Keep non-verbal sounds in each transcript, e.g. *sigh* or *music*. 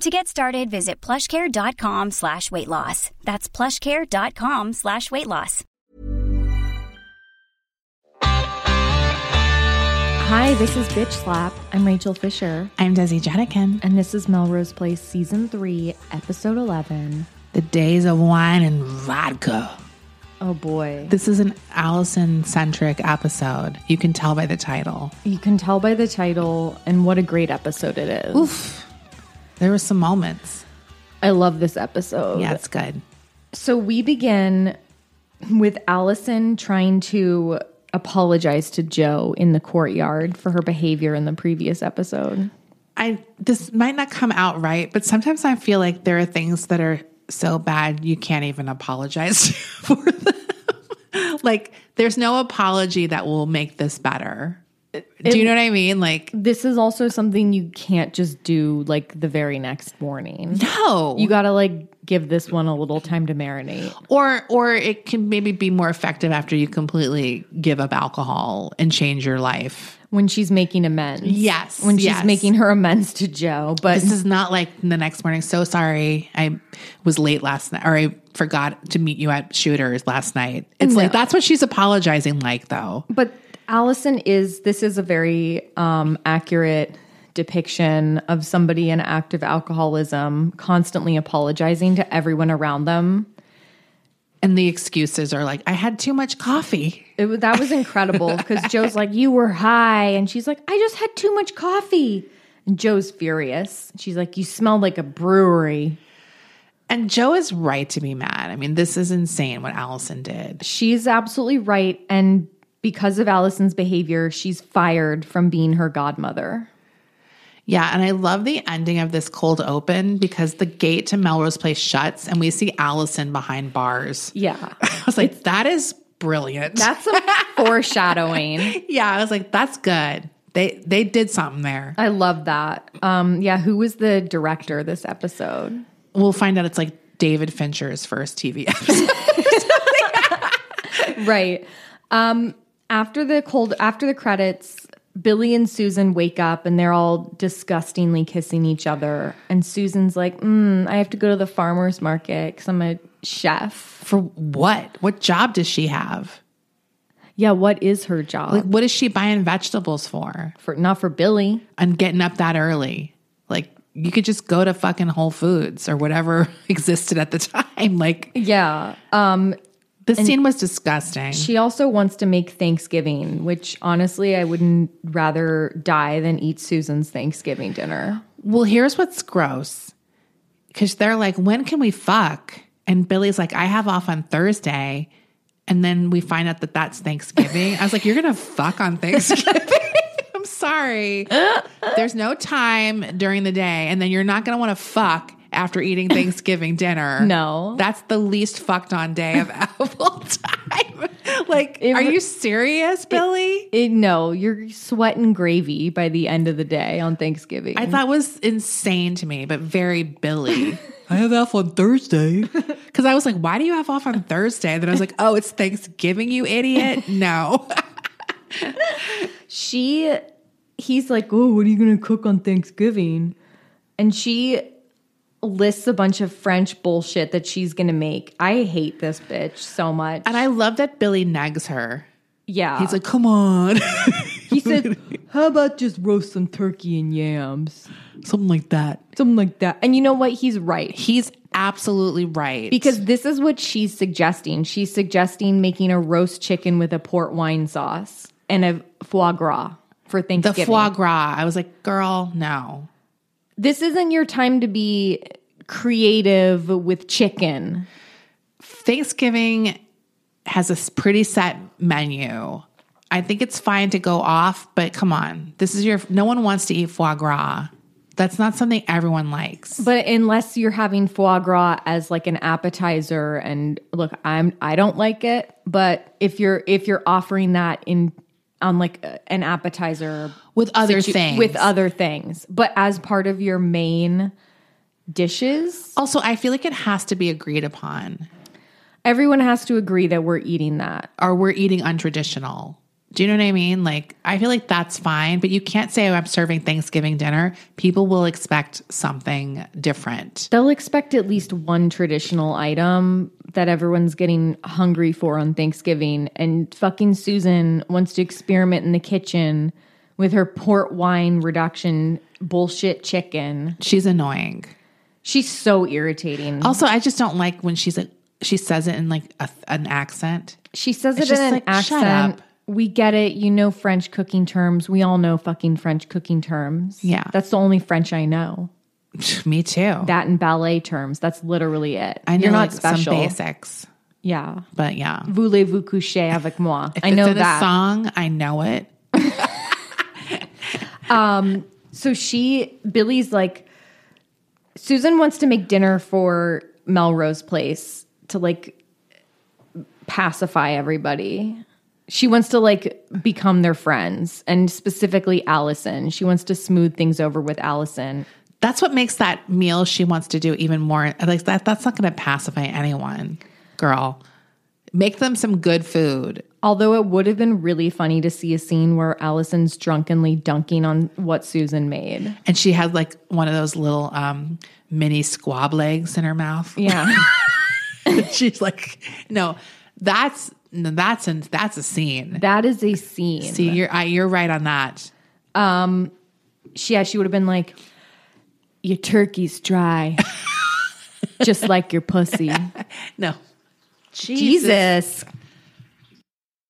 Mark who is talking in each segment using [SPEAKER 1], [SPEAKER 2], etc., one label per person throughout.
[SPEAKER 1] To get started, visit plushcare.com slash weight loss. That's plushcare.com slash weight loss.
[SPEAKER 2] Hi, this is Bitch Slap. I'm Rachel Fisher,
[SPEAKER 3] I'm Desi Jetikin.
[SPEAKER 2] and this is Melrose Place Season 3, Episode 11.
[SPEAKER 3] The days of wine and vodka.
[SPEAKER 2] Oh boy.
[SPEAKER 3] This is an Allison centric episode. You can tell by the title.
[SPEAKER 2] You can tell by the title and what a great episode it is.
[SPEAKER 3] Oof. There were some moments.
[SPEAKER 2] I love this episode.
[SPEAKER 3] Yeah, it's good.
[SPEAKER 2] So we begin with Allison trying to apologize to Joe in the courtyard for her behavior in the previous episode.
[SPEAKER 3] I this might not come out right, but sometimes I feel like there are things that are so bad you can't even apologize *laughs* for them. like there's no apology that will make this better. Do you know what I mean? Like
[SPEAKER 2] This is also something you can't just do like the very next morning.
[SPEAKER 3] no.
[SPEAKER 2] You got to like give this one a little time to marinate.
[SPEAKER 3] or or it can maybe be more effective after you completely give up alcohol and change your life.
[SPEAKER 2] When she's making amends.
[SPEAKER 3] Yes,
[SPEAKER 2] When she's
[SPEAKER 3] yes.
[SPEAKER 2] making her amends to Joe. But
[SPEAKER 3] This is not like the next morning. So sorry, I was late last night, or I forgot to meet you at Shooters last night. It's like that's what she's apologizing like, though.
[SPEAKER 2] but Allison is this is a very um accurate depiction of somebody in active alcoholism constantly apologizing to everyone around them.
[SPEAKER 3] And the excuses are like, I had too much coffee.
[SPEAKER 2] It, wa- that was incredible because Joe's like, You were high. And she's like, I just had too much coffee. And Joe's furious. She's like, You smell like a brewery.
[SPEAKER 3] And Joe is right to be mad. I mean, this is insane what Allison did.
[SPEAKER 2] She's absolutely right. And because of Allison's behavior, she's fired from being her godmother.
[SPEAKER 3] Yeah, and I love the ending of this cold open because the gate to Melrose Place shuts and we see Allison behind bars. *laughs*
[SPEAKER 2] Yeah.
[SPEAKER 3] I was like, that is brilliant.
[SPEAKER 2] That's some *laughs* foreshadowing.
[SPEAKER 3] *laughs* yeah, I was like, that's good. They they did something there.
[SPEAKER 2] I love that. Um, yeah, who was the director this episode?
[SPEAKER 3] We'll find out it's like David Fincher's first TV *laughs* episode.
[SPEAKER 2] Right. Um, after the cold after the credits, Billy and Susan wake up and they're all disgustingly kissing each other. And Susan's like, mm, I have to go to the farmer's market because I'm a chef.
[SPEAKER 3] For what? What job does she have?
[SPEAKER 2] Yeah, what is her job?
[SPEAKER 3] Like what is she buying vegetables for?
[SPEAKER 2] for not for Billy.
[SPEAKER 3] And getting up that early? Like you could just go to fucking Whole Foods or whatever *laughs* existed at the time. Like
[SPEAKER 2] Yeah. Um,
[SPEAKER 3] the scene was disgusting.
[SPEAKER 2] she also wants to make Thanksgiving, which honestly, I wouldn't rather die than eat Susan's Thanksgiving dinner.
[SPEAKER 3] Well, here's what's gross. Cause they're like, when can we fuck? And Billy's like, I have off on Thursday. And then we find out that that's Thanksgiving. I was like, you're going to fuck on Thanksgiving. *laughs* I'm sorry. There's no time during the day. And then you're not going to want to fuck after eating Thanksgiving dinner.
[SPEAKER 2] *laughs* No.
[SPEAKER 3] That's the least fucked on day of *laughs* all time. *laughs* like,
[SPEAKER 2] It
[SPEAKER 3] are
[SPEAKER 2] re-
[SPEAKER 3] you serious, Billy?
[SPEAKER 2] It, no, you're sweating gravy by the end of the day on Thanksgiving.
[SPEAKER 3] I thought was insane to me, but very Billy. *laughs* I have off on *laughs* Thursday. Because I was like, why do you have off on Thursday? Then I was like, oh, it's Thanksgiving, you *laughs* idiot. No.
[SPEAKER 2] she, he's like, oh, what are you going to cook on Thanksgiving? And she lists a bunch of French bullshit that she's going to make. I hate this bitch so much.
[SPEAKER 3] and I love that Billy nags her.
[SPEAKER 2] yeah.
[SPEAKER 3] He's like, come on. *laughs*
[SPEAKER 2] he *laughs* said, how about just roast some turkey and yams?
[SPEAKER 3] Something like that.
[SPEAKER 2] Something like that. And you know what? He's right.
[SPEAKER 3] He's absolutely right.
[SPEAKER 2] Because this is what she's suggesting. She's suggesting making a roast chicken with a port wine sauce and a foie gras for
[SPEAKER 3] the
[SPEAKER 2] Thanksgiving.
[SPEAKER 3] foie gras, I was like, girl, no.
[SPEAKER 2] this isn't your time to be creative with chicken.
[SPEAKER 3] Thanksgiving has a s- pretty set menu. I think it's fine to go off, but come on. This is your, no one wants to eat foie gras. That's not something everyone likes.
[SPEAKER 2] But unless you're having foie gras as like an appetizer and look, I'm I don't like it, but if you're if you're offering that in on like a- an appetizer
[SPEAKER 3] With other things.
[SPEAKER 2] with other things, but as part of your main dishes,
[SPEAKER 3] also, I feel like it has to be agreed upon
[SPEAKER 2] everyone has to agree that we're eating that.
[SPEAKER 3] or we're eating untraditional. Do you know what I mean? Like, I feel like that's fine, but you can't say, oh, I'm serving Thanksgiving dinner. People will expect something different.
[SPEAKER 2] They'll expect at least one traditional item that everyone's getting hungry for on Thanksgiving. And fucking Susan wants to experiment in the kitchen with her port wine reduction bullshit chicken.
[SPEAKER 3] She's annoying.
[SPEAKER 2] She's so irritating.
[SPEAKER 3] Also, I just don't like when she's like, she says it in like a, an accent.
[SPEAKER 2] She says it
[SPEAKER 3] just
[SPEAKER 2] in an
[SPEAKER 3] like, shut
[SPEAKER 2] accent.
[SPEAKER 3] up.
[SPEAKER 2] We get it. You know French cooking terms. We all know fucking French cooking terms.
[SPEAKER 3] Yeah.
[SPEAKER 2] That's the only French I know.
[SPEAKER 3] *sighs* Me too.
[SPEAKER 2] That and ballet terms. That's literally it.
[SPEAKER 3] I know
[SPEAKER 2] You're not
[SPEAKER 3] like,
[SPEAKER 2] special.
[SPEAKER 3] some basics,
[SPEAKER 2] Yeah.
[SPEAKER 3] but yeah.
[SPEAKER 2] Voulez-vous coucher avec moi? I know
[SPEAKER 3] it's in
[SPEAKER 2] that.
[SPEAKER 3] a song. I know it.
[SPEAKER 2] So she, Billy's like, Susan wants to make dinner for Melrose Place to like pacify everybody. She wants to like become their friends and specifically Allison. She wants to smooth things over with Allison.
[SPEAKER 3] That's what makes that meal she wants to do even more like that. That's not going to pacify anyone, girl. Make them some good food.
[SPEAKER 2] Although it would have been really funny to see a scene where Allison's drunkenly dunking on what Susan made.
[SPEAKER 3] And she had like one of those little um, mini squab legs in her *laughs* mouth.
[SPEAKER 2] Yeah.
[SPEAKER 3] She's like, no, that's no, that's an, that's a scene.
[SPEAKER 2] *laughs* that is a scene.
[SPEAKER 3] See, you're I, you're right on that.
[SPEAKER 2] Um, she, yeah, she would have been like, Your turkey's dry, just like your pussy.
[SPEAKER 3] No,
[SPEAKER 2] Jesus.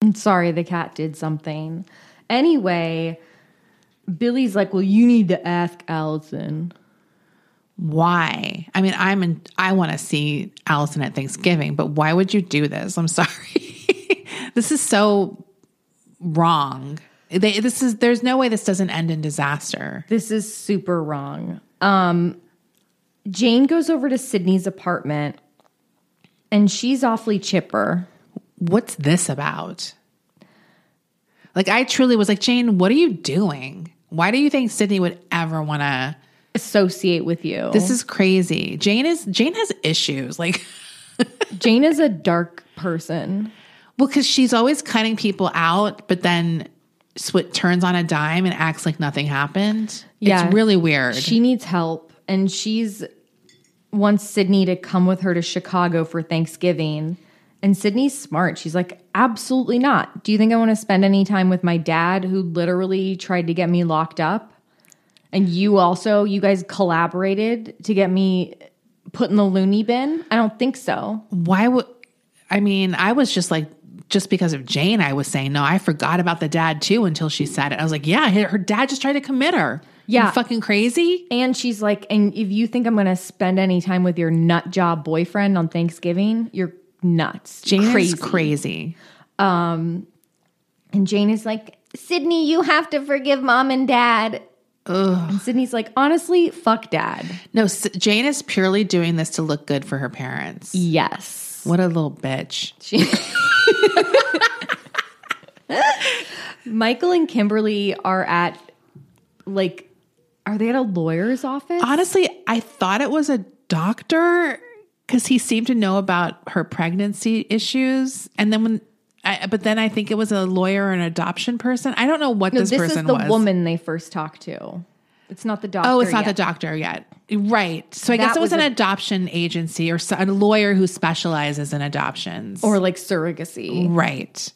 [SPEAKER 2] I'm sorry, the cat did something. Anyway, Billy's like, Well, you need to ask Allison.
[SPEAKER 3] why? I mean, I'm in, I want to see Allison at Thanksgiving, but why would you do this? I'm *laughs* sorry. this is so wrong. They, this is there's no way this doesn't end in disaster.
[SPEAKER 2] This is super wrong. Um, Jane goes over to Sydney's apartment and she's awfully chipper.
[SPEAKER 3] What's this about? Like I truly was like, Jane, what are you doing? Why do you think Sydney would ever want to?
[SPEAKER 2] Associate with you.
[SPEAKER 3] This is crazy. Jane is Jane has issues. Like
[SPEAKER 2] Jane is a dark person.
[SPEAKER 3] Well, because she's always cutting people out, but then sw- turns on a dime and acts like nothing happened.
[SPEAKER 2] Yeah.
[SPEAKER 3] It's really weird.
[SPEAKER 2] She needs help, and she's wants Sydney to come with her to Chicago for Thanksgiving. And Sydney's smart. She's like, absolutely not. Do you think I want to spend any time with my dad, who literally tried to get me locked up? And you also, you guys collaborated to get me put in the loony bin? I don't think so.
[SPEAKER 3] Why would I mean, I was just like, just because of Jane, I was saying, no, I forgot about the dad too until she said it. I was like, yeah, her her dad just tried to commit her. You
[SPEAKER 2] Yeah.
[SPEAKER 3] fucking crazy.
[SPEAKER 2] And she's like, and if you think I'm going to spend any time with your nut job boyfriend on Thanksgiving, you're nuts.
[SPEAKER 3] Jane
[SPEAKER 2] crazy.
[SPEAKER 3] is crazy.
[SPEAKER 2] And Jane is like, Sydney, you have to forgive mom and dad. And Sydney's like, honestly, fuck dad.
[SPEAKER 3] No, S- Jane is purely doing this to look good for her parents.
[SPEAKER 2] Yes.
[SPEAKER 3] What a little bitch.
[SPEAKER 2] Michael and Kimberly are at, like, are they at a lawyer's office?
[SPEAKER 3] Honestly, I thought it was a doctor because he seemed to know about her pregnancy issues, and then when, I, but then I think it was a lawyer or an adoption person. I don't know what
[SPEAKER 2] no,
[SPEAKER 3] this,
[SPEAKER 2] this, is
[SPEAKER 3] person
[SPEAKER 2] the
[SPEAKER 3] was.
[SPEAKER 2] woman they first talked to. It's not the doctor.
[SPEAKER 3] Oh, it's not
[SPEAKER 2] yet.
[SPEAKER 3] the doctor yet. Right. So I guess
[SPEAKER 2] That
[SPEAKER 3] it was,
[SPEAKER 2] was
[SPEAKER 3] an
[SPEAKER 2] a-
[SPEAKER 3] adoption agency or so- a lawyer who specializes in adoptions.
[SPEAKER 2] Or like surrogacy.
[SPEAKER 3] right.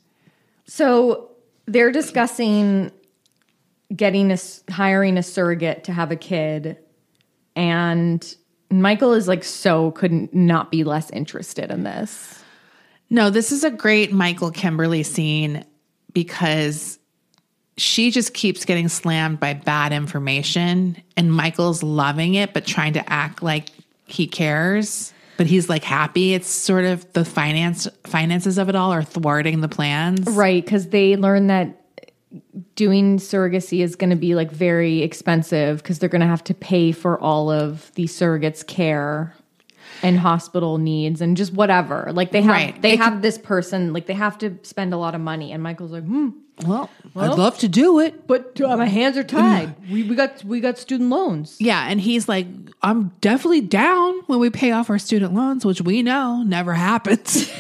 [SPEAKER 2] So they're discussing getting a s- hiring a surrogate to have a kid, and Michael is like so couldn't not be less interested in this.
[SPEAKER 3] No, this is a great Michael Kimberly scene because she just keeps getting slammed by bad information and Michael's loving it but trying to act like he cares, but he's like happy it's sort of the finance finances of it all are thwarting the plans.
[SPEAKER 2] Right, cuz they learn that doing surrogacy is going to be like very expensive cuz they're going to have to pay for all of the surrogates care and hospital needs and just whatever. Like they have
[SPEAKER 3] Right.
[SPEAKER 2] they
[SPEAKER 3] It
[SPEAKER 2] have this person like they have to spend a lot of money and Michael's like, "Hmm,
[SPEAKER 3] Well, I'd love to do it.
[SPEAKER 2] but uh, my hands are tied. we we got we got student loans."
[SPEAKER 3] Yeah, and he's like I'm definitely down when we pay off our student loans, which we know never happens.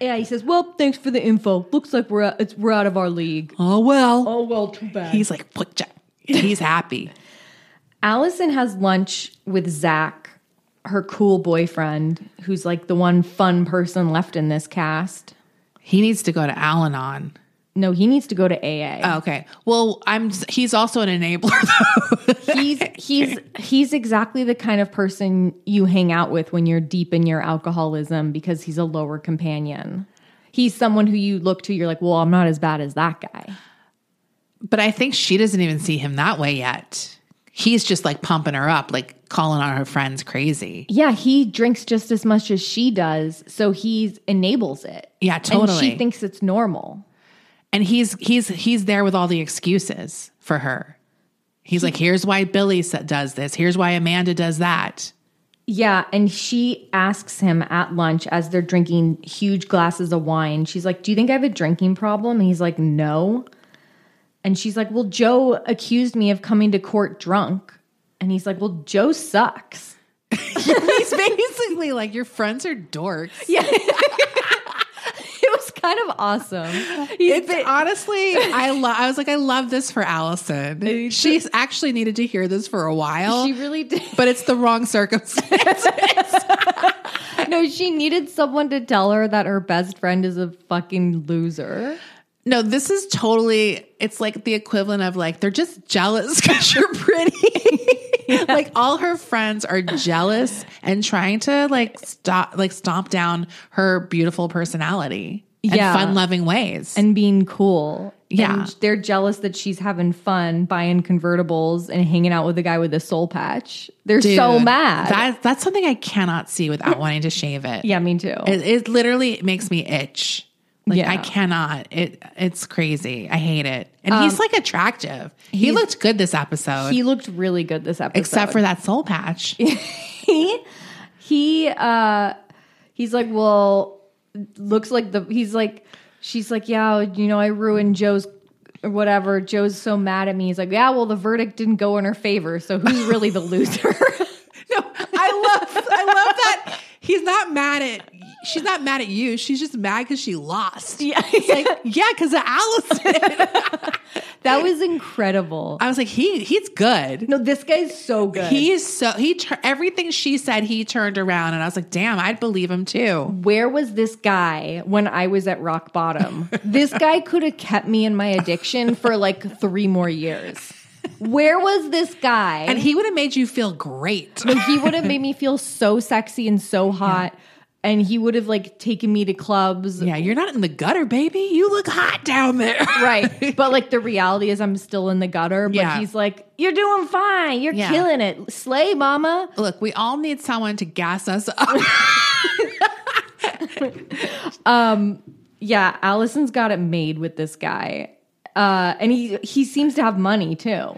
[SPEAKER 2] Yeah, he says, "Well, thanks for the info. Looks like we're out, it's, we're out of our league."
[SPEAKER 3] *laughs* oh well.
[SPEAKER 2] Oh well, too bad.
[SPEAKER 3] He's like, "Put ya." He's happy.
[SPEAKER 2] Allison has lunch with Zach, her cool boyfriend, who's like the one fun person left in this cast.
[SPEAKER 3] He needs to go to Al-Anon.
[SPEAKER 2] No, he needs to go to *laughs* AA.
[SPEAKER 3] Oh, Okay. Well, I'm. He's also an enabler, *laughs* though.
[SPEAKER 2] he's he's he's exactly the kind of person you hang out with when you're deep in your alcoholism because he's a lower companion. He's someone who you look to. You're like, well, I'm not as bad as that guy.
[SPEAKER 3] but I think she doesn't even see him that way yet. He's just like pumping her up, like calling on her friends crazy.
[SPEAKER 2] Yeah, he drinks just as much as she does, so he enables it.
[SPEAKER 3] Yeah,
[SPEAKER 2] And she
[SPEAKER 3] totally.
[SPEAKER 2] thinks it's normal.
[SPEAKER 3] And he's he's he's there with all the excuses for her. He's like, here's why Billy sa- does this. Here's why Amanda does that.
[SPEAKER 2] Yeah, and she asks him at lunch as they're drinking huge glasses of wine. She's like, "Do you think I have a drinking problem?" And he's like, "No." And she's like, "Well, Joe accused me of coming to court drunk." And he's like, "Well, Joe sucks." *laughs*
[SPEAKER 3] *laughs* He's basically like, your friends are dorks. Yeah,
[SPEAKER 2] It was kind of awesome. He's
[SPEAKER 3] it's honestly, I love. I was like, I love this for Allison. She's actually needed to hear this for a while.
[SPEAKER 2] she really did. *laughs*
[SPEAKER 3] but it's the wrong circumstance.
[SPEAKER 2] No, she needed someone to tell her that her best friend is a fucking loser.
[SPEAKER 3] No, this is totally, it's like the equivalent of like, they're just jealous *laughs* because you're pretty.
[SPEAKER 2] *laughs*
[SPEAKER 3] Like all her friends are jealous and trying to like stop, like stomp down her beautiful personality in
[SPEAKER 2] Yeah.
[SPEAKER 3] fun loving ways. And
[SPEAKER 2] and being cool.
[SPEAKER 3] Yeah.
[SPEAKER 2] And they're jealous that she's having fun buying convertibles and hanging out with a guy with a soul patch. They're so mad.
[SPEAKER 3] That, that's something I cannot
[SPEAKER 2] *laughs*
[SPEAKER 3] see without wanting to shave it.
[SPEAKER 2] yeah, me too.
[SPEAKER 3] It, it literally makes me itch. Like
[SPEAKER 2] Yeah.
[SPEAKER 3] I cannot. It it's crazy. I hate it. And he's like attractive. He looked good this episode.
[SPEAKER 2] Um, he looked really good this episode.
[SPEAKER 3] except for that soul patch.
[SPEAKER 2] he he uh he's like, "Well, looks like the he's like she's like, "Yeah, you know, I ruined Joe's or whatever. Joe's so mad at me." He's like, "Yeah, well, the verdict didn't go in her favor, so who's really the loser?" *laughs*
[SPEAKER 3] *laughs* No, I love I love that he's not mad at she's not mad at you. She's just mad because she lost. Yeah, it's like yeah, because of Allison.
[SPEAKER 2] that was incredible.
[SPEAKER 3] I was like he he's good.
[SPEAKER 2] No, this guy's so good.
[SPEAKER 3] He is so he tur- everything she said he turned around and I was like damn I'd believe him too.
[SPEAKER 2] where was this guy when I was at rock bottom? this guy could have kept me in my addiction for like three more years. Where was this guy?
[SPEAKER 3] And he would have made you feel great.
[SPEAKER 2] he would have made me feel so sexy and so hot. And he would have like taken me to clubs.
[SPEAKER 3] Yeah, you're not in the gutter, baby. You look hot down there. *laughs*
[SPEAKER 2] Right. But like the reality is I'm still in the gutter. But
[SPEAKER 3] Yeah.
[SPEAKER 2] he's like, You're doing fine. You're
[SPEAKER 3] Yeah.
[SPEAKER 2] killing it. Slay mama.
[SPEAKER 3] Look, we all need someone to gas us up.
[SPEAKER 2] Yeah, Allison's got it made with this guy. Uh, and he he seems to have money too.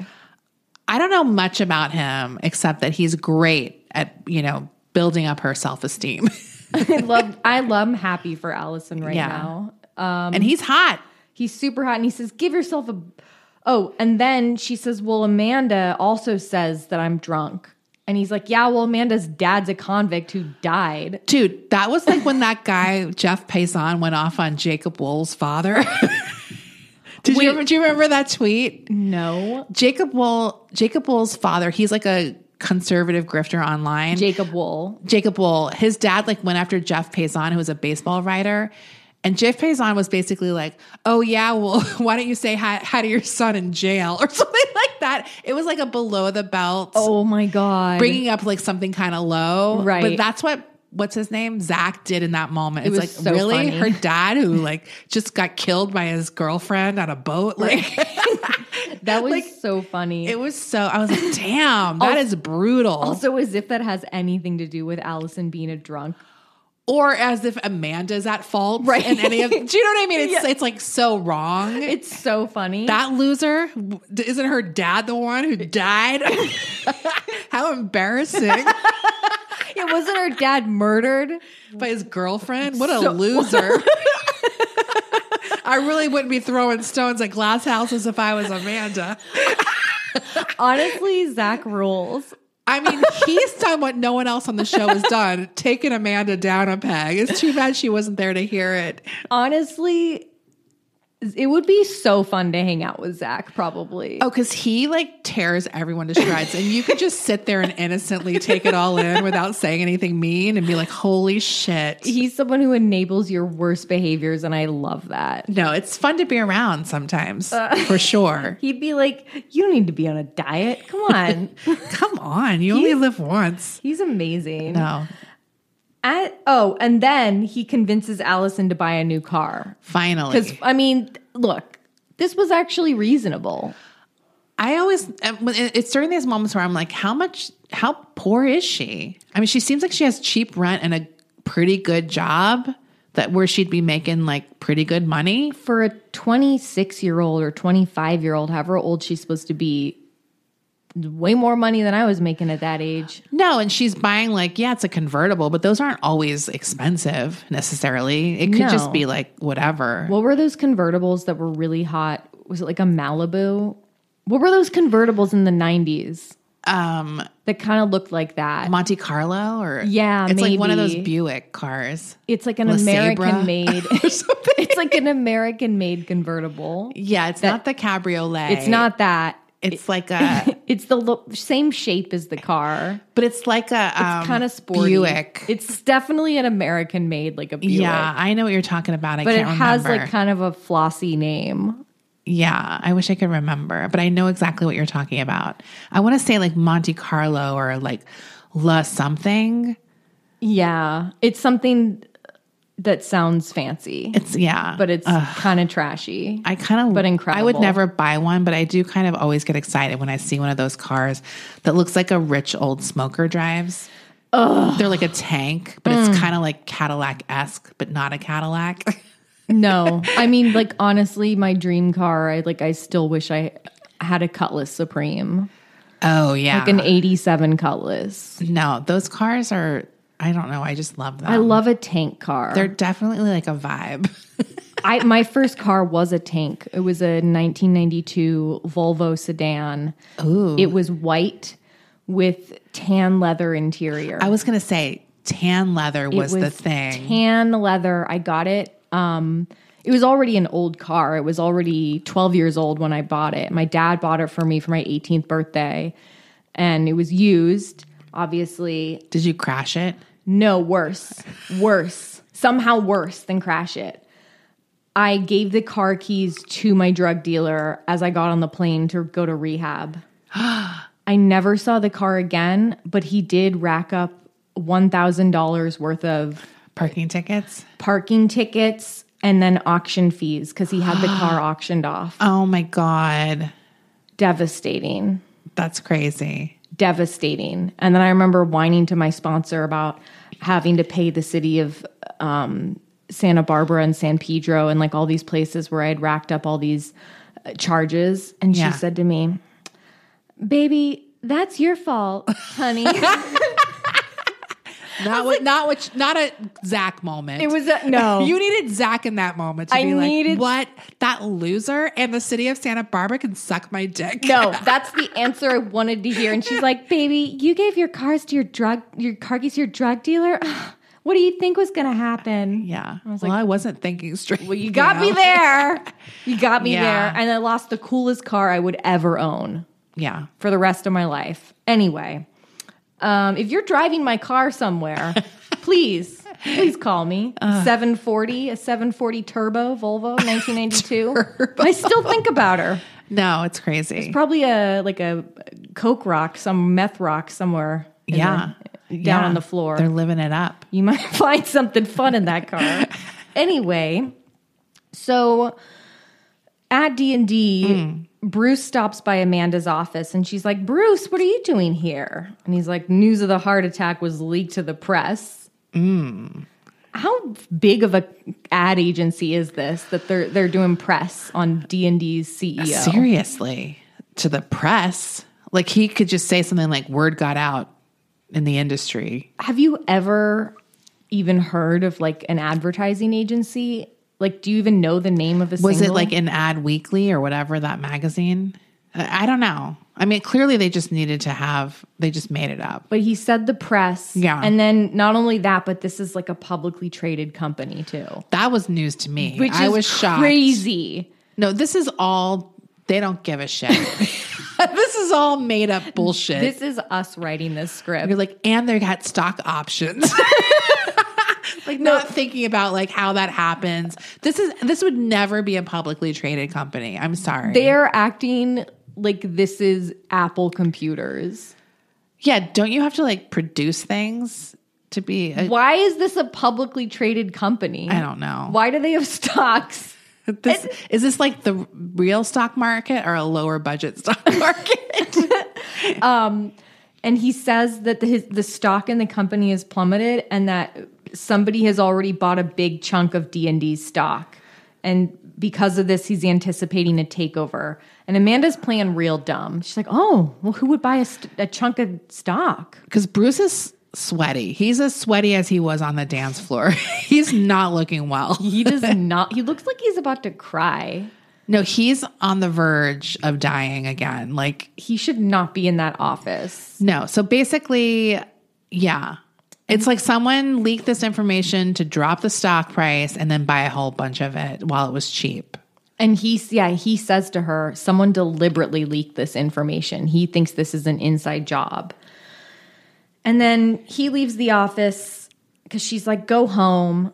[SPEAKER 3] I don't know much about him except that he's great at, you know, building up her self esteem.
[SPEAKER 2] I love I love I'm happy for Allison right
[SPEAKER 3] Yeah.
[SPEAKER 2] now.
[SPEAKER 3] and he's hot.
[SPEAKER 2] He's super hot and he says, Give yourself a Oh, and then she says, Well, Amanda also says that I'm drunk. And he's like, Yeah, well, Amanda's dad's a convict who died.
[SPEAKER 3] Dude, that was like when that guy, Jeff Payson, went off on Jacob Wool's father. *laughs* Did you, remember- do you remember that tweet?
[SPEAKER 2] No.
[SPEAKER 3] Jacob Wool, Jacob Wool's father, he's like a conservative grifter online.
[SPEAKER 2] Jacob Wool.
[SPEAKER 3] Jacob Wool, his dad like went after Jeff Payson, who was a baseball writer, And Jeff Payson was basically like, "Oh yeah, well, *laughs* why don't you say hi, hi to your son in jail *laughs* or something like that?" It was like a below the belt,
[SPEAKER 2] Oh my god.
[SPEAKER 3] bringing up like something kind of low,
[SPEAKER 2] Right.
[SPEAKER 3] But that's what what's his name Zach did in that moment. It's
[SPEAKER 2] was
[SPEAKER 3] like
[SPEAKER 2] so
[SPEAKER 3] really
[SPEAKER 2] funny.
[SPEAKER 3] her dad who like just got killed by his girlfriend on a boat, like.
[SPEAKER 2] *laughs* that was
[SPEAKER 3] like,
[SPEAKER 2] so funny.
[SPEAKER 3] It was so. I was like, "Damn, that is brutal."
[SPEAKER 2] also as if that has anything to do with Allison being a drunk.
[SPEAKER 3] or as if Amanda's at fault,
[SPEAKER 2] Right.
[SPEAKER 3] In any of, do you know what I mean? It's it's like so wrong.
[SPEAKER 2] It's so funny.
[SPEAKER 3] that loser w- isn't her dad the one who
[SPEAKER 2] *laughs*
[SPEAKER 3] died? How embarrassing!
[SPEAKER 2] it wasn't her dad murdered.
[SPEAKER 3] By his girlfriend. *laughs* What a loser! I really wouldn't be throwing stones at glass houses if I was Amanda.
[SPEAKER 2] Honestly, Zach rules.
[SPEAKER 3] I mean, he's done what no one else on the show has done, taking Amanda down a peg. It's too bad she wasn't there to hear it.
[SPEAKER 2] Honestly, it would be so fun to hang out with Zach, probably.
[SPEAKER 3] Oh, because he like tears everyone to shreds, and you could just sit there and innocently take it all in without saying anything mean and be like, holy shit.
[SPEAKER 2] He's someone who enables your worst behaviors, and I love that.
[SPEAKER 3] no, it's fun to be around sometimes, for sure. *laughs*
[SPEAKER 2] He'd be like, You don't need to be on a diet. Come on.
[SPEAKER 3] Come on, you only live once.
[SPEAKER 2] He's amazing.
[SPEAKER 3] No,
[SPEAKER 2] At, oh, and then he convinces Allison to buy a new car. Because,
[SPEAKER 3] finally.
[SPEAKER 2] I mean, look, this was actually reasonable.
[SPEAKER 3] I always, um, when- it- it's during these moments where I'm like, how much, how poor is she? I mean, she seems like she has cheap rent and a pretty good job that where she'd be making like pretty good money.
[SPEAKER 2] For a 26 year old or 25 year old, however old she's supposed to be, way more money than I was making at that age.
[SPEAKER 3] No, and she's buying like, yeah, it's a convertible, but those aren't always expensive necessarily. It could
[SPEAKER 2] No.
[SPEAKER 3] just be like whatever.
[SPEAKER 2] What were those convertibles that were really hot? Was it like a Malibu? What were those convertibles in the 90s
[SPEAKER 3] um
[SPEAKER 2] that kind of looked like that?
[SPEAKER 3] Monte Carlo or
[SPEAKER 2] Yeah,
[SPEAKER 3] it's like one of those
[SPEAKER 2] maybe.
[SPEAKER 3] Buick cars.
[SPEAKER 2] It's like an
[SPEAKER 3] La Sabra
[SPEAKER 2] American made. *laughs*
[SPEAKER 3] *laughs* or something.
[SPEAKER 2] it's like an American made convertible.
[SPEAKER 3] Yeah, it's not the cabriolet.
[SPEAKER 2] It's not that.
[SPEAKER 3] It's
[SPEAKER 2] *laughs*
[SPEAKER 3] like a,
[SPEAKER 2] It's the lo- same shape as the car.
[SPEAKER 3] but it's like a um,
[SPEAKER 2] It's kind of sporty.
[SPEAKER 3] Buick.
[SPEAKER 2] It's definitely an American made, like a Buick.
[SPEAKER 3] yeah, I know what you're talking about. I
[SPEAKER 2] But it
[SPEAKER 3] can't
[SPEAKER 2] has
[SPEAKER 3] remember.
[SPEAKER 2] like kind of a flossy name.
[SPEAKER 3] yeah, I wish I could remember, but I know exactly what you're talking about. I want to say like Monte Carlo or like La something.
[SPEAKER 2] Yeah. It's something that sounds fancy,
[SPEAKER 3] It's yeah, Um,
[SPEAKER 2] but it's kind of trashy.
[SPEAKER 3] I kind of,
[SPEAKER 2] But
[SPEAKER 3] I
[SPEAKER 2] incredible.
[SPEAKER 3] would never buy one, but I do kind of always get excited when I see one of those cars that looks like a rich old smoker drives. They're like a tank, but it's
[SPEAKER 2] Mm.
[SPEAKER 3] kind of like Cadillac esque, but not a Cadillac.
[SPEAKER 2] no. I mean, like, honestly, my dream car, I like, I still wish I had a Cutlass Supreme,
[SPEAKER 3] oh yeah,
[SPEAKER 2] like an 87 Cutlass.
[SPEAKER 3] no, those cars are. I don't know. I just love them.
[SPEAKER 2] I love a tank car.
[SPEAKER 3] They're definitely like a vibe.
[SPEAKER 2] I my first car was a tank. It was a 1992 Volvo sedan. Ooh. It was white with tan leather interior.
[SPEAKER 3] I was gonna say tan leather
[SPEAKER 2] It
[SPEAKER 3] was, the thing.
[SPEAKER 2] Tan leather. I got it. Um it was already an old car. It was already 12 years old when I bought it. My dad bought it for me for my 18th birthday and it was used, obviously.
[SPEAKER 3] Did you crash it?
[SPEAKER 2] No, worse. Worse. Somehow worse than crash it. I gave the car keys to my drug dealer as I got on the plane to go to
[SPEAKER 3] *gasps*
[SPEAKER 2] rehab. I never saw the car again, but he did rack up $1,000 worth of
[SPEAKER 3] Parking tickets.
[SPEAKER 2] parking tickets and then auction fees because he had the
[SPEAKER 3] *gasps*
[SPEAKER 2] car auctioned off.
[SPEAKER 3] Oh my god,
[SPEAKER 2] Devastating.
[SPEAKER 3] that's crazy.
[SPEAKER 2] devastating. And then I remember whining to my sponsor about having to pay the city of um, Santa Barbara and San Pedro and like all these places where I had racked up all these uh, charges. And
[SPEAKER 3] Yeah.
[SPEAKER 2] she said to me, Baby, that's your fault,
[SPEAKER 3] *laughs*
[SPEAKER 2] honey. it
[SPEAKER 3] Not what, not what, not a Zach moment.
[SPEAKER 2] was a, no.
[SPEAKER 3] You needed Zach in that moment to
[SPEAKER 2] I
[SPEAKER 3] be
[SPEAKER 2] needed-
[SPEAKER 3] like, what? That loser and the city of Santa Barbara can suck my dick. *laughs*
[SPEAKER 2] no, that's the answer I wanted to hear. And she's like, "Baby, you gave your cars to your drug, your car keys to your drug dealer. *sighs* What do you think was going to happen?"
[SPEAKER 3] Yeah. well, I wasn't thinking straight. Well,
[SPEAKER 2] You got me there. You got me
[SPEAKER 3] Yeah.
[SPEAKER 2] there. And I lost the coolest car I would ever own
[SPEAKER 3] Yeah.
[SPEAKER 2] for the rest of my
[SPEAKER 3] *laughs*
[SPEAKER 2] life. Anyway, um, if you're driving my car somewhere, please Please call me.
[SPEAKER 3] Uh.
[SPEAKER 2] 740, a 740 Turbo Volvo
[SPEAKER 3] *laughs*
[SPEAKER 2] 1992. I still think about her.
[SPEAKER 3] No, it's crazy.
[SPEAKER 2] Probably a like a coke rock, some meth rock somewhere. in
[SPEAKER 3] yeah.
[SPEAKER 2] the- down
[SPEAKER 3] Yeah.
[SPEAKER 2] on the floor.
[SPEAKER 3] They're living it up.
[SPEAKER 2] *laughs* you might find something fun in that
[SPEAKER 3] *laughs*
[SPEAKER 2] car. anyway, so at D&D,
[SPEAKER 3] Hmm.
[SPEAKER 2] Bruce stops by Amanda's office and she's like, "Bruce, what are you doing here?" And he's like, "News of the heart attack was leaked to the press."
[SPEAKER 3] Hmm.
[SPEAKER 2] How big of a ad agency is this that they're they're doing press on D&D's CEO?
[SPEAKER 3] Seriously, to the press. Like he could just say something like word got out in the industry.
[SPEAKER 2] Have you ever even heard of like an advertising agency? Like, do you even know the name of a
[SPEAKER 3] Was
[SPEAKER 2] single?
[SPEAKER 3] it like in Ad Weekly or whatever that magazine? I I don't know. I mean, clearly they just needed to have they just made it up.
[SPEAKER 2] But he said the press.
[SPEAKER 3] Yeah.
[SPEAKER 2] And then not only that, but this is like a publicly traded company too.
[SPEAKER 3] That was news to me.
[SPEAKER 2] Which
[SPEAKER 3] I
[SPEAKER 2] is
[SPEAKER 3] was shocked.
[SPEAKER 2] crazy.
[SPEAKER 3] No, this is all they don't give
[SPEAKER 2] *laughs*
[SPEAKER 3] a shit. this is all made up bullshit.
[SPEAKER 2] This is us writing this script.
[SPEAKER 3] You're like, and they got stock options. *laughs* like not thinking about like how that happens. This is this would never be a publicly traded company. I'm sorry.
[SPEAKER 2] They're acting like this is Apple computers.
[SPEAKER 3] yeah, don't you have to like produce things to be? A,
[SPEAKER 2] Why is this a publicly traded company?
[SPEAKER 3] I don't know.
[SPEAKER 2] Why do they have stocks?
[SPEAKER 3] This, is this like the real stock market or a lower budget stock *laughs* market?
[SPEAKER 2] And he says that the, his, the stock in the company has plummeted and that somebody has already bought a big chunk of D&D's stock. And because of this, he's anticipating a takeover. And Amanda's playing real dumb. She's like, oh, well, who would buy a, st- a chunk of stock?
[SPEAKER 3] Because Bruce is sweaty. He's as sweaty as he was on the dance floor. *laughs* he's not looking well.
[SPEAKER 2] He does not. He looks like he's about to cry.
[SPEAKER 3] No, he's on the verge of dying again. Like
[SPEAKER 2] He should not be in that office.
[SPEAKER 3] No. So basically, yeah. It's like someone leaked this information to drop the stock price and then buy a whole bunch of it while it was cheap.
[SPEAKER 2] And he's, yeah, he says to her, someone deliberately leaked this information. He thinks this is an inside job. And then he leaves the office because she's like, go home.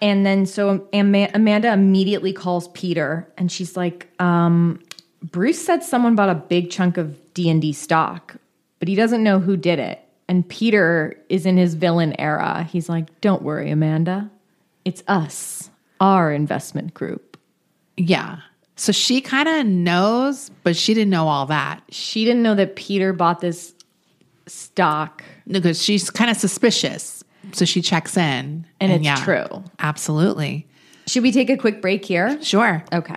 [SPEAKER 2] And then so Ama- Amanda immediately calls Peter and she's like, um, Bruce said someone bought a big chunk of D&D stock, but he doesn't know who did it. And Peter is in his villain era. He's like, don't worry, Amanda. It's us, our investment group.
[SPEAKER 3] Yeah. So she kind of knows, but she didn't know all that
[SPEAKER 2] She didn't know that Peter bought this stock.
[SPEAKER 3] because she's kind of suspicious. So she checks in. And,
[SPEAKER 2] it's true.
[SPEAKER 3] Absolutely.
[SPEAKER 2] Should we take a quick break here?
[SPEAKER 3] Sure.
[SPEAKER 2] Okay.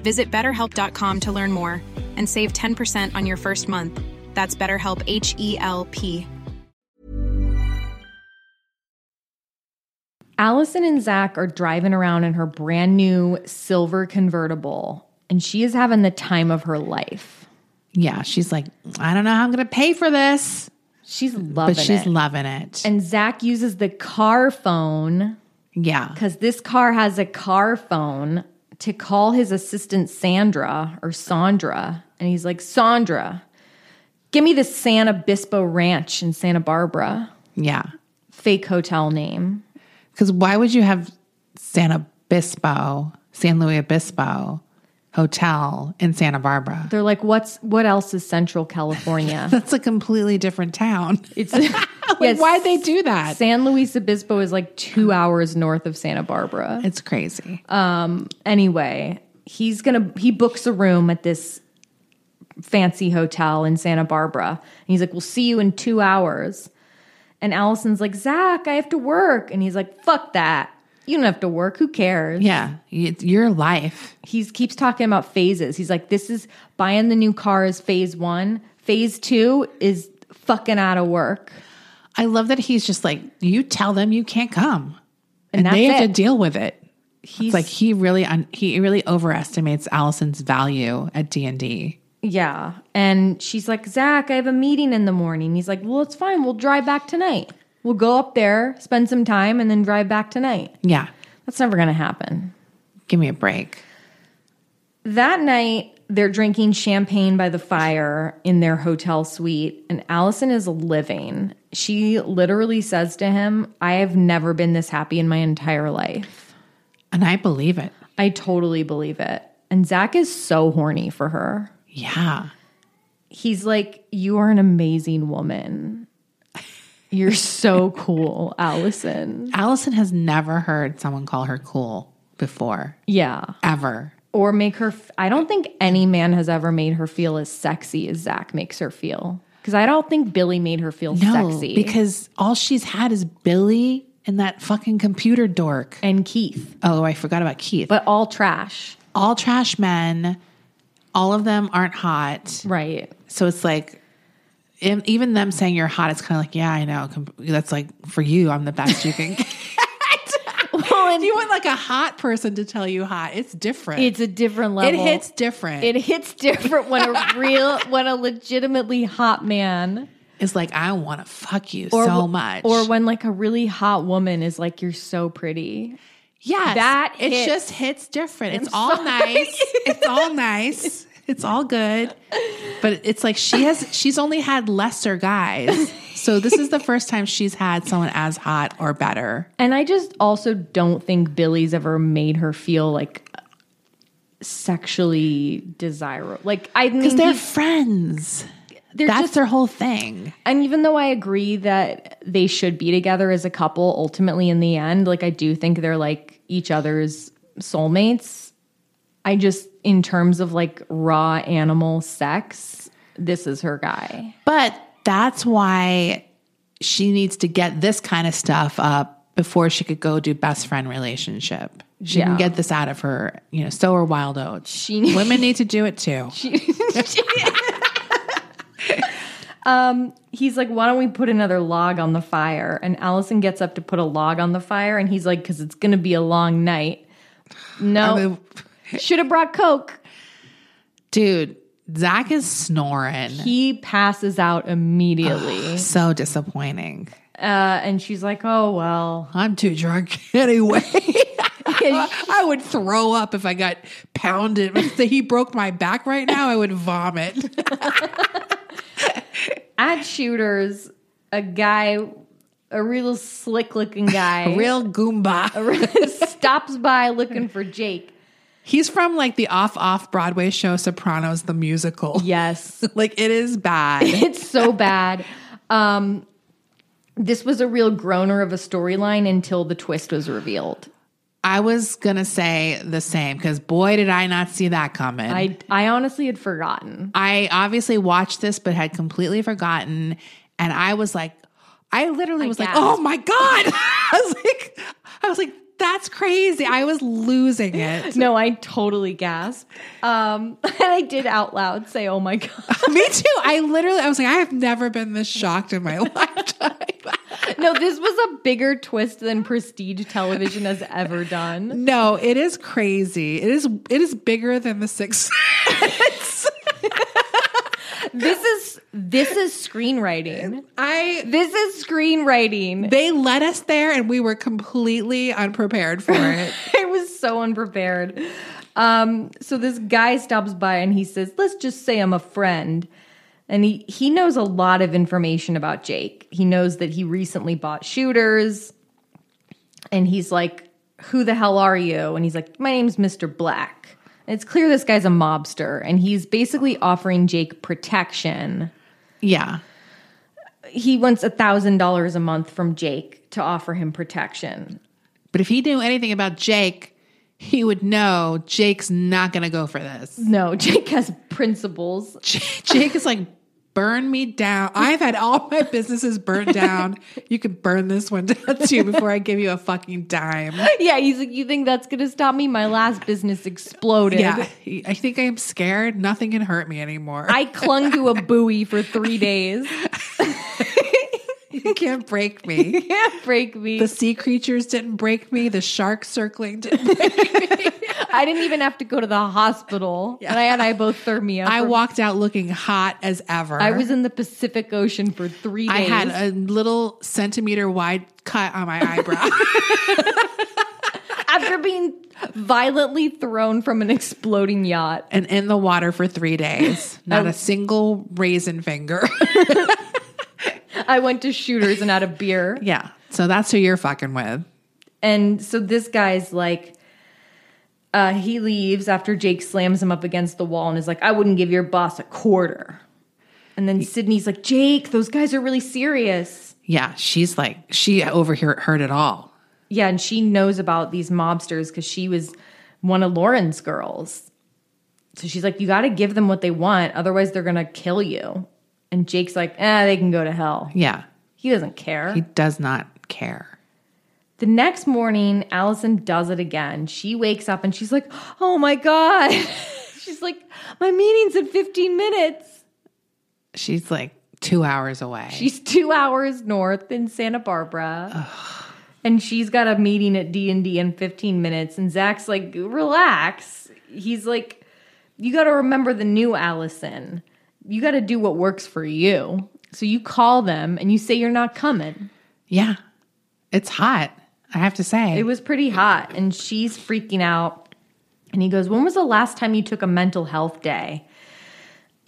[SPEAKER 4] Visit betterhelp.com to learn more and save 10% on your first month. That's BetterHelp H E L P.
[SPEAKER 2] Allison and Zach are driving around in her brand new silver convertible, and she is having the time of her life.
[SPEAKER 3] Yeah. She's like, I don't know how I'm going to pay for this,
[SPEAKER 2] She's
[SPEAKER 3] but
[SPEAKER 2] loving
[SPEAKER 3] she's
[SPEAKER 2] it.
[SPEAKER 3] loving it.
[SPEAKER 2] and Zach uses the car phone
[SPEAKER 3] yeah.
[SPEAKER 2] because this car has a car phone to call his assistant Sandra or Sandra. And he's like, Sandra, give me the San Obispo Ranch in Santa Barbara,
[SPEAKER 3] Yeah.
[SPEAKER 2] fake hotel name.
[SPEAKER 3] Because why would you have San Obispo, San Luis Obispo hotel in Santa Barbara.
[SPEAKER 2] They're like, what's what else is Central
[SPEAKER 3] *laughs*
[SPEAKER 2] California?
[SPEAKER 3] That's a completely different town.
[SPEAKER 2] It's *laughs*
[SPEAKER 3] Like, why'd they do that?
[SPEAKER 2] San Luis Obispo is like two hours north of Santa Barbara.
[SPEAKER 3] It's crazy.
[SPEAKER 2] Anyway, he's gonna he books a room at this fancy hotel in Santa Barbara, and he's like, "We'll see you in two hours." And Allison's like, "Zach, I have to work," and he's like, "Fuck that." You don't have to work. Who cares?
[SPEAKER 3] yeah, it's your life.
[SPEAKER 2] He keeps talking about phases. He's like, this is buying the new car is phase one. Phase two is fucking out of work.
[SPEAKER 3] I love that he's just like, you tell them you can't come, and,
[SPEAKER 2] that's
[SPEAKER 3] they have to
[SPEAKER 2] it.
[SPEAKER 3] deal with it. He's like he really un- he really overestimates Allison's value at D and D.
[SPEAKER 2] Yeah. And she's like, Zach, I have a meeting in the morning. He's like, well, it's fine. We'll drive back tonight. We'll go up there, spend some time, and then drive back tonight.
[SPEAKER 3] Yeah,
[SPEAKER 2] That's never going to happen.
[SPEAKER 3] give me a break.
[SPEAKER 2] That night, they're drinking champagne by the fire in their hotel suite, and Allison is living. She literally says to him, I have never been this happy in my entire life.
[SPEAKER 3] And I believe it.
[SPEAKER 2] I totally believe it. And Zach is so horny for her.
[SPEAKER 3] Yeah,
[SPEAKER 2] he's like, You are an amazing woman. You're *laughs* so cool, Allison.
[SPEAKER 3] Allison has never heard someone call her cool before,
[SPEAKER 2] Yeah.
[SPEAKER 3] ever.
[SPEAKER 2] Or make her, f- I don't think any man has ever made her feel as sexy as Zach makes her feel. Because I don't think Billy made her feel sexy.
[SPEAKER 3] because all she's had is Billy and that fucking computer dork.
[SPEAKER 2] and Keith,
[SPEAKER 3] Oh, I forgot about Keith.
[SPEAKER 2] but all trash.
[SPEAKER 3] all trash men, all of them aren't hot.
[SPEAKER 2] Right.
[SPEAKER 3] So it's like, em- even them saying you're hot, it's kind of like, yeah, I know. Com- That's like, for you, I'm the best you *laughs* can get. Do you want like a hot person to tell you hot? It's different.
[SPEAKER 2] It's a different
[SPEAKER 3] it
[SPEAKER 2] level.
[SPEAKER 3] hits different.
[SPEAKER 2] It hits different when *laughs* a real, when a legitimately hot man
[SPEAKER 3] it's like, I want to fuck you
[SPEAKER 2] or
[SPEAKER 3] so
[SPEAKER 2] wh-
[SPEAKER 3] much.
[SPEAKER 2] or when like a really hot woman is like, you're so pretty.
[SPEAKER 3] Yes.
[SPEAKER 2] That
[SPEAKER 3] it
[SPEAKER 2] hits.
[SPEAKER 3] just hits different. It's all nice.
[SPEAKER 2] *laughs*
[SPEAKER 3] It's all nice. It's all good. But it's like she has she's only had lesser guys. So
[SPEAKER 2] *laughs*
[SPEAKER 3] this is the first time she's had someone as hot or better.
[SPEAKER 2] And I just also don't think Billy's ever made her feel like sexually desirable. Like I mean,
[SPEAKER 3] Because they're
[SPEAKER 2] he-
[SPEAKER 3] friends.
[SPEAKER 2] they're
[SPEAKER 3] That's
[SPEAKER 2] just,
[SPEAKER 3] their whole thing.
[SPEAKER 2] and even though I agree that they should be together as a couple, ultimately in the end, like I do think they're like each other's soulmates. I just, in terms of like raw animal sex, this is her guy.
[SPEAKER 3] But that's why she needs to get this kind of stuff up before she could go do best friend relationship. She can
[SPEAKER 2] Yeah.
[SPEAKER 3] get this out of her, you know, so are wild oats.
[SPEAKER 2] She- *laughs*
[SPEAKER 3] Women need to do it too.
[SPEAKER 2] he's like, why don't we put another log on the fire? And Allison gets up to put a log on the fire, and he's like, because it's going to be a long night. No,
[SPEAKER 3] mean-
[SPEAKER 2] should have brought Coke.
[SPEAKER 3] Dude, Zach is snoring.
[SPEAKER 2] He passes out immediately.
[SPEAKER 3] so disappointing.
[SPEAKER 2] Uh, and she's like, oh, well. *laughs*
[SPEAKER 3] I'm too drunk *laughs* anyway. I would throw up if I got pounded. If he broke my back right now, I would vomit.
[SPEAKER 2] At Shooters, a guy, a real slick looking
[SPEAKER 3] *laughs*
[SPEAKER 2] guy,
[SPEAKER 3] *laughs* Real Goomba.
[SPEAKER 2] *laughs* stops by looking for Jake.
[SPEAKER 3] He's from like the off off Broadway show Sopranos the Musical.
[SPEAKER 2] Yes.
[SPEAKER 3] Like it is
[SPEAKER 2] *laughs*
[SPEAKER 3] bad.
[SPEAKER 2] it's so bad. Um, this was a real groaner of a storyline until the twist was revealed.
[SPEAKER 3] I was gonna say the same because boy did I not see that coming.
[SPEAKER 2] I I honestly had forgotten.
[SPEAKER 3] I obviously watched this but had completely forgotten. And I was like, I literally was like,
[SPEAKER 2] gasped.
[SPEAKER 3] oh my God. *laughs* I was like, I was like, that's crazy. I was
[SPEAKER 2] *laughs*
[SPEAKER 3] losing it.
[SPEAKER 2] No, I totally gasped. Um, *laughs* and I did out loud say, "Oh my god!"
[SPEAKER 3] Me too. I literally, I was like, I have never been this shocked in my *laughs* lifetime.
[SPEAKER 2] *laughs* No, this was a bigger twist than prestige television has ever done.
[SPEAKER 3] no, it is crazy. It is, it is bigger than the six. *laughs*
[SPEAKER 2] This is this is *laughs* screenwriting.
[SPEAKER 3] I,
[SPEAKER 2] This is screenwriting.
[SPEAKER 3] they led us there and we were completely unprepared for it.
[SPEAKER 2] *laughs* I was so unprepared. Um, so this guy stops by and he says, "Let's just say I'm a friend." And he he knows a lot of information about Jake. He knows that he recently bought shooters, and he's like, "Who the hell are you?" And he's like, "My name's Mister Black." It's clear this guy's a mobster and he's basically offering Jake protection.
[SPEAKER 3] Yeah.
[SPEAKER 2] He wants a $1,000 a month from Jake to offer him protection.
[SPEAKER 3] But if he knew anything about Jake, he would know Jake's not going to go for this.
[SPEAKER 2] No, *laughs* Jake has principles.
[SPEAKER 3] J- *laughs* Jake is like, burn me down. I've had all my businesses burned down. You could burn this one down too before I give you a fucking dime.
[SPEAKER 2] Yeah, he's like, You think that's going to stop me? My last business exploded.
[SPEAKER 3] Yeah. I think I'm scared. Nothing can hurt me anymore.
[SPEAKER 2] I clung to a buoy for three days.
[SPEAKER 3] *laughs* you can't break *laughs* me.
[SPEAKER 2] Can't break me.
[SPEAKER 3] The sea creatures didn't break me. The shark circling didn't break
[SPEAKER 2] I didn't even have to go to the hospital. And I had hypothermia.
[SPEAKER 3] I
[SPEAKER 2] for-
[SPEAKER 3] walked out looking hot as ever.
[SPEAKER 2] I was in the Pacific Ocean for three days.
[SPEAKER 3] I had a little centimeter wide cut on my *laughs* eyebrow.
[SPEAKER 2] after being violently thrown from an exploding yacht.
[SPEAKER 3] and in the water for three days. Not a single raisin finger.
[SPEAKER 2] I went to shooters and had a beer.
[SPEAKER 3] *laughs* yeah. So that's who you're fucking with.
[SPEAKER 2] And so this guy's like, uh, he leaves after Jake slams him up against the wall and is like, I wouldn't give your boss a quarter. And then Sydney's like, Jake, those guys are really serious.
[SPEAKER 3] Yeah. She's like, she overheard heard it all.
[SPEAKER 2] Yeah, and she knows about these mobsters because she was one of Lauren's girls. So she's like, You got to give them what they want, otherwise, they're going to kill you. And Jake's like, Eh, they can go to hell.
[SPEAKER 3] Yeah.
[SPEAKER 2] He doesn't care.
[SPEAKER 3] He does not care.
[SPEAKER 2] The next morning, Allison does it again. She wakes up and she's like, Oh my God. *laughs* she's like, My meeting's in 15 minutes.
[SPEAKER 3] She's like two hours away.
[SPEAKER 2] She's two hours north in Santa Barbara. And she's got a meeting at D&D in 15 minutes. And Zach's like, relax. He's like, you got to remember the new Allison. You got to do what works for you. So you call them and you say you're not coming.
[SPEAKER 3] yeah. It's hot. I have to say.
[SPEAKER 2] It was pretty hot, and she's freaking out. And he goes, When was the last time you took a mental health day?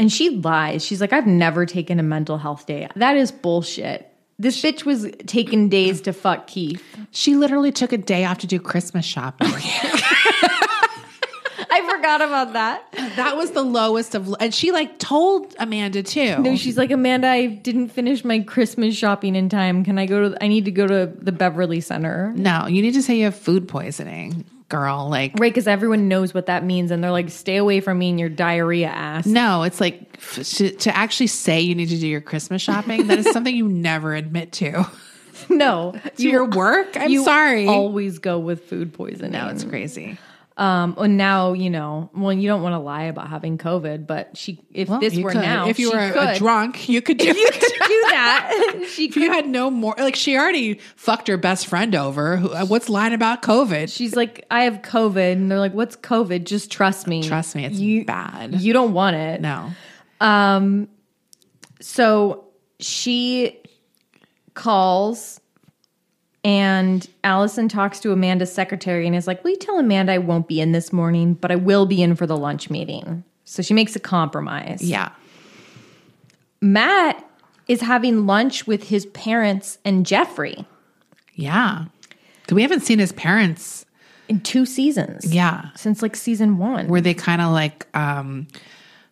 [SPEAKER 2] And she lies. She's like, I've never taken a mental health day. That is bullshit. This bitch was taking days to fuck Keith.
[SPEAKER 3] she literally took a day off to do Christmas shopping.
[SPEAKER 2] Oh, I forgot about that.
[SPEAKER 3] *laughs* that was the lowest of, and she like told Amanda too.
[SPEAKER 2] No, she's like, Amanda, I didn't finish my Christmas shopping in time. Can I go to, I need to go to the Beverly Center.
[SPEAKER 3] no, you need to say you have food poisoning, girl. Like,
[SPEAKER 2] Right, because everyone knows what that means. And they're like, stay away from me and your diarrhea ass. *laughs*
[SPEAKER 3] No, it's like f- to, to actually say you need to do your Christmas shopping.
[SPEAKER 2] *laughs*
[SPEAKER 3] That is something you never admit to.
[SPEAKER 2] No.
[SPEAKER 3] *laughs* To your work? I'm
[SPEAKER 2] you
[SPEAKER 3] sorry.
[SPEAKER 2] always go with food poisoning.
[SPEAKER 3] no, it's crazy.
[SPEAKER 2] Um, and now you know. Well, you don't want to lie about having COVID, but she, if this
[SPEAKER 3] You
[SPEAKER 2] were
[SPEAKER 3] could.
[SPEAKER 2] now,
[SPEAKER 3] if you
[SPEAKER 2] she
[SPEAKER 3] were a,
[SPEAKER 2] could
[SPEAKER 3] a drunk, you could do it.
[SPEAKER 2] *laughs* do that. *laughs* she
[SPEAKER 3] If you had no more, like she already fucked her best friend over. Who- uh, What's lying about COVID?
[SPEAKER 2] she's like, I have COVID, and they're like, What's COVID? Just trust me.
[SPEAKER 3] Trust me, it's
[SPEAKER 2] you,
[SPEAKER 3] bad.
[SPEAKER 2] You don't want it.
[SPEAKER 3] no,
[SPEAKER 2] So she calls, and Allison talks to Amanda's secretary and is like, Will you tell Amanda I won't be in this morning, but I will be in for the lunch meeting? So she makes a compromise.
[SPEAKER 3] yeah,
[SPEAKER 2] Matt is having lunch with his parents and Jeffrey
[SPEAKER 3] yeah. 'Cause We haven't seen his parents.
[SPEAKER 2] in two seasons.
[SPEAKER 3] Yeah,
[SPEAKER 2] Since like season one.
[SPEAKER 3] where they kind of like um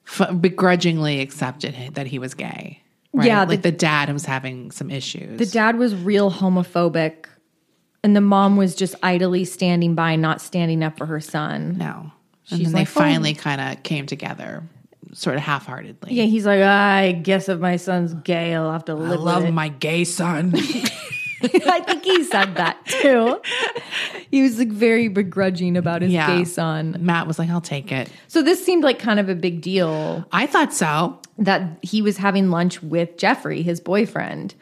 [SPEAKER 3] f- begrudgingly accepted hi- that he was gay. Right?
[SPEAKER 2] Yeah,
[SPEAKER 3] like the, dad was having some issues.
[SPEAKER 2] the dad was real homophobic and the mom was just idly standing by, not standing up for her son.
[SPEAKER 3] No.
[SPEAKER 2] She's
[SPEAKER 3] And then they
[SPEAKER 2] like, "Oh."
[SPEAKER 3] finally kind of came together, sort of half heartedly.
[SPEAKER 2] Yeah, he's like, I guess if my son's gay, I'll have to
[SPEAKER 3] I
[SPEAKER 2] live
[SPEAKER 3] love
[SPEAKER 2] with
[SPEAKER 3] my
[SPEAKER 2] *laughs*
[SPEAKER 3] gay son.
[SPEAKER 2] it. *laughs* I think he said that too. he was like very begrudging about his
[SPEAKER 3] Yeah.
[SPEAKER 2] gay son.
[SPEAKER 3] Matt was like, I'll take it.
[SPEAKER 2] So this seemed like kind of a big deal.
[SPEAKER 3] I thought so.
[SPEAKER 2] that he was having lunch with Jeffrey, his boyfriend.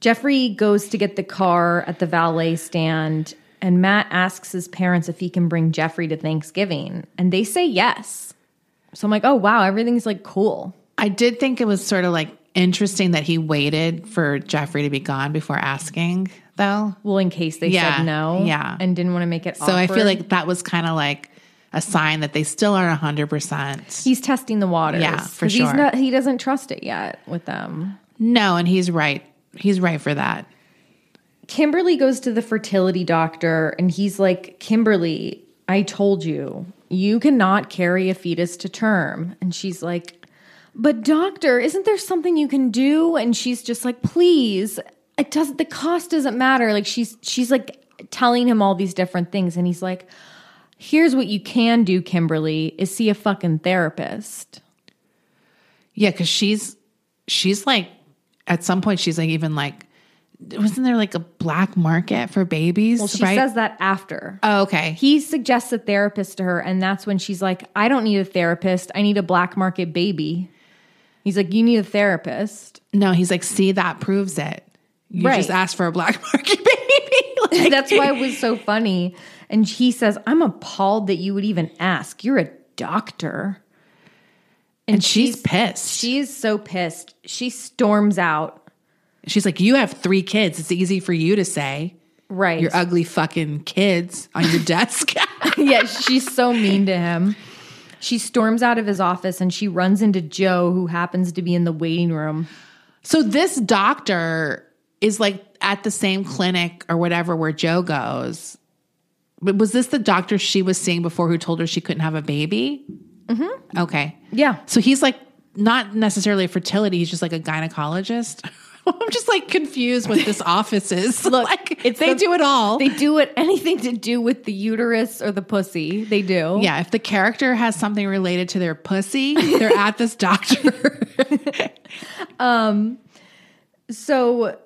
[SPEAKER 2] Jeffrey goes to get the car at the valet stand, and Matt asks his parents if he can bring Jeffrey to Thanksgiving, and they say yes. So I'm like, oh wow, everything's like cool.
[SPEAKER 3] I did think it was sort of like interesting that he waited for Jeffrey to be gone before asking, though.
[SPEAKER 2] Well, in case they
[SPEAKER 3] Yeah,
[SPEAKER 2] said no,
[SPEAKER 3] yeah.
[SPEAKER 2] and didn't want to make it.
[SPEAKER 3] So I feel like that was kind of like a sign that they still aren't 100%.
[SPEAKER 2] he's testing the waters.
[SPEAKER 3] Yeah, for
[SPEAKER 2] 'Cause He's
[SPEAKER 3] sure.
[SPEAKER 2] not, he doesn't trust it yet with them.
[SPEAKER 3] no, and he's right. He's right for that.
[SPEAKER 2] Kimberly goes to the fertility doctor and he's like, Kimberly, I told you You cannot carry a fetus to term. And she's like, But doctor, isn't there something you can do? And she's just like, Please, it doesn't the cost doesn't matter. Like she's she's like telling him all these different things. And he's like, Here's what you can do, Kimberly, is see a fucking therapist.
[SPEAKER 3] Yeah, because she's she's like at some point she's like even like wasn't there like a black market for babies?
[SPEAKER 2] Well, she
[SPEAKER 3] right?
[SPEAKER 2] says that after.
[SPEAKER 3] oh, okay.
[SPEAKER 2] he suggests a therapist to her and that's when she's like i don't need a therapist i need a black market baby he's like you need a therapist *laughs*
[SPEAKER 3] no, he's like, see, that proves it. You
[SPEAKER 2] Right.
[SPEAKER 3] just asked for a black *laughs* market baby. *laughs* Like-
[SPEAKER 2] that's why it was so funny and he says i'm appalled that you would even ask you're a doctor
[SPEAKER 3] and, she's, pissed.
[SPEAKER 2] she is so pissed she storms out
[SPEAKER 3] she's like, you have three kids. It's easy for you to say
[SPEAKER 2] right
[SPEAKER 3] your ugly fucking kids on your *laughs* desk.
[SPEAKER 2] *laughs* yeah, she's so mean to him. She storms out of his office and she runs into Joe, who happens to be in the waiting room.
[SPEAKER 3] so this doctor is like at the same clinic or whatever where Joe goes. But was this the doctor she was seeing before who told her she couldn't have a baby? Mm-hmm. Okay.
[SPEAKER 2] Yeah.
[SPEAKER 3] So he's like not necessarily a fertility, he's just like a gynecologist. *laughs* I'm just like confused what *laughs* this office is. Look, like they
[SPEAKER 2] the-
[SPEAKER 3] do it all.
[SPEAKER 2] They do it anything to do with the uterus or the pussy. They do.
[SPEAKER 3] yeah, if the character has something related to their pussy, they're at this *laughs* doctor.
[SPEAKER 2] So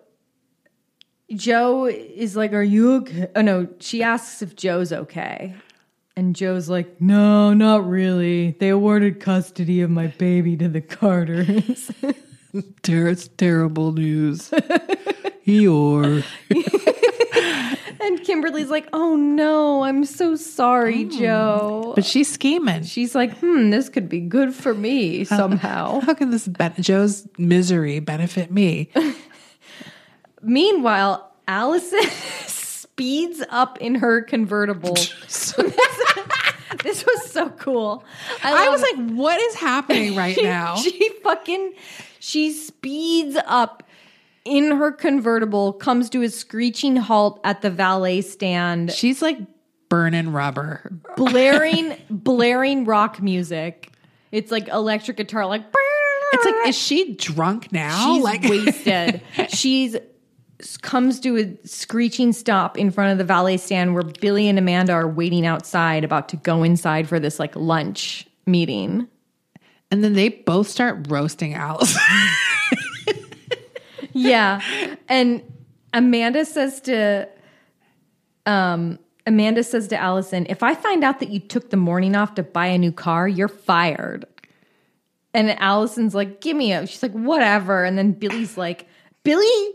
[SPEAKER 2] Joe is like, Are you okay? Oh, no. She asks if Joe's okay. And Joe's like, No, not really. They awarded custody of my baby to the *laughs* Carters.
[SPEAKER 3] it's terrible news. Eeyore.
[SPEAKER 2] and Kimberly's like, Oh, no. I'm so sorry, Joe.
[SPEAKER 3] But she's scheming.
[SPEAKER 2] She's like, Hmm, this could be good for me somehow.
[SPEAKER 3] How can this ben- Joe's misery benefit *laughs* me?
[SPEAKER 2] Meanwhile, Allison *laughs* speeds up in her convertible. this was so cool.
[SPEAKER 3] I
[SPEAKER 2] love
[SPEAKER 3] was
[SPEAKER 2] it.
[SPEAKER 3] like, what is happening right now?
[SPEAKER 2] She fucking she speeds up in her convertible, comes to a screeching halt at the valet stand,
[SPEAKER 3] She's like burning rubber. *laughs*
[SPEAKER 2] blaring blaring rock music. It's like electric guitar, like
[SPEAKER 3] It's like, is she drunk now?
[SPEAKER 2] she's
[SPEAKER 3] like, *laughs*
[SPEAKER 2] wasted. She's comes to a screeching stop in front of the valet stand where Billy and Amanda are waiting outside, about to go inside for this like lunch meeting.
[SPEAKER 3] and then they both start roasting Alice. *laughs*
[SPEAKER 2] yeah. And Amanda says to um Amanda says to Allison, if I find out that you took the morning off to buy a new car, you're fired. And Allison's like, give me a she's like, whatever. And then Billy's like, Billy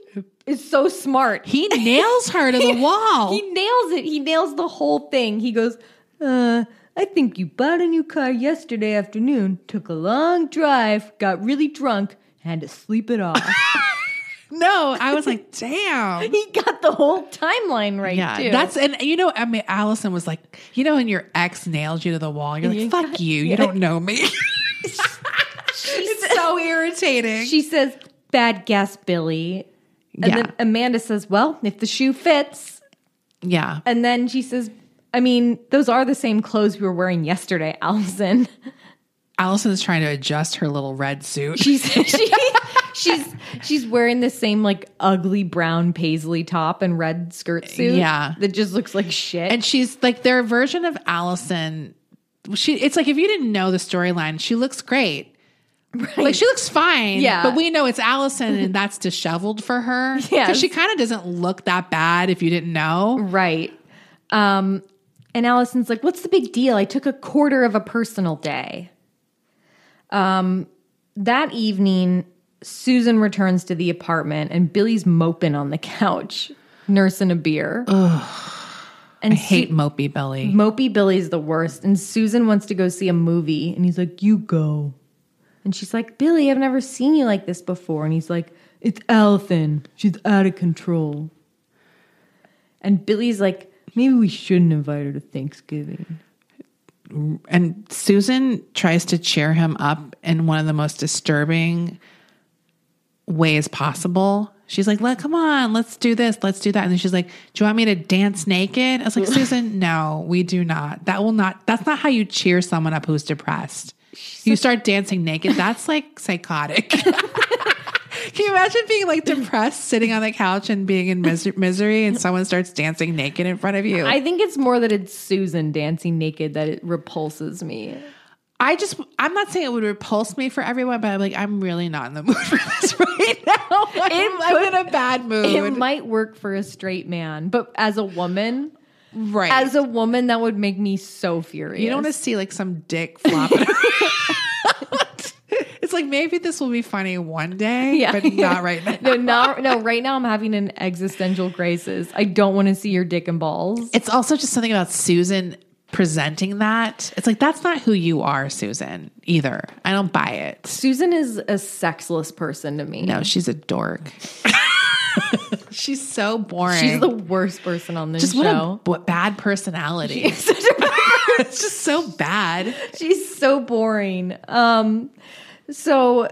[SPEAKER 2] is so smart.
[SPEAKER 3] he nails her to the wall.
[SPEAKER 2] He nails it. He nails the whole thing. He goes, uh, I think you bought a new car yesterday afternoon, took a long drive, got really drunk, had to sleep it off.
[SPEAKER 3] no, I was like,
[SPEAKER 2] *laughs*
[SPEAKER 3] damn.
[SPEAKER 2] he got the whole timeline right,
[SPEAKER 3] Yeah,
[SPEAKER 2] too.
[SPEAKER 3] that's and you know, I mean, Allison was like, you know, when your ex nails you to the wall, you're like, fuck you, you don't
[SPEAKER 2] *laughs*
[SPEAKER 3] know me. *laughs* it's so irritating.
[SPEAKER 2] She says, bad guess, Billy. And
[SPEAKER 3] Yeah.
[SPEAKER 2] then Amanda says, well, if the shoe fits.
[SPEAKER 3] yeah,
[SPEAKER 2] And then she says, I mean, those are the same clothes we were wearing yesterday, *laughs* Allison.
[SPEAKER 3] Allison is trying to adjust her little red suit.
[SPEAKER 2] She's *laughs* she, she's she's wearing the same like ugly brown paisley top and red skirt suit.
[SPEAKER 3] Yeah.
[SPEAKER 2] that just looks like shit.
[SPEAKER 3] and she's like their version of Allison. She it's like if you didn't know the storyline, she looks great. Like she looks fine,
[SPEAKER 2] Yeah.
[SPEAKER 3] But we know it's Allison, and that's disheveled for her.
[SPEAKER 2] *laughs* Yes.
[SPEAKER 3] she kind of doesn't look that bad if you didn't know.
[SPEAKER 2] right. Um, and Allison's like, "What's the big deal? I took a quarter of a personal day." Um, that evening, Susan returns to the apartment, and Billy's moping on the couch, nursing a beer. And
[SPEAKER 3] I hate mopey Billy.
[SPEAKER 2] Mopey Billy's the worst, and Susan wants to go see a movie, and he's like, "You go," and she's like, "Billy, I've never seen you like this before," and he's like, "It's Allison. She's out of control." And Billy's like, "Maybe we shouldn't invite her to Thanksgiving."
[SPEAKER 3] And Susan tries to cheer him up in one of the most disturbing ways possible. She's like, "Look, come on, let's do this, let's do that." And then she's like, "Do you want me to dance naked?" I was like, "Susan, no, we do not. That will not. That's not how you cheer someone up who's depressed. You start dancing naked. That's like psychotic." *laughs* Can you imagine being like depressed, sitting on the couch and being in mis- misery, and someone starts dancing naked in front of you?
[SPEAKER 2] I think it's more that it's Susan dancing naked that it repulses me.
[SPEAKER 3] I just, I'm not saying it would repulse me for everyone, but I'm like, I'm really not in the mood for this *laughs* right now. I'm, I'm in a bad mood.
[SPEAKER 2] It might work for a straight man, but as a woman,
[SPEAKER 3] right.
[SPEAKER 2] as a woman, that would make me so furious.
[SPEAKER 3] you don't want to see like some dick
[SPEAKER 2] *laughs*
[SPEAKER 3] flopping around. It's like maybe this will be funny one day,
[SPEAKER 2] Yeah.
[SPEAKER 3] but not
[SPEAKER 2] *laughs*
[SPEAKER 3] right now.
[SPEAKER 2] no, not, no. Right now, I'm having an existential crisis. I don't want to see your dick and balls.
[SPEAKER 3] It's also just something about Susan presenting that. It's like, that's not who you are, Susan, either. I don't buy it.
[SPEAKER 2] Susan is a sexless person to me.
[SPEAKER 3] No, she's a dork. *laughs* she's so boring.
[SPEAKER 2] she's the worst person on this
[SPEAKER 3] just what a
[SPEAKER 2] show.
[SPEAKER 3] b- bad personality. *laughs* it's just so bad.
[SPEAKER 2] she's so boring. Um, so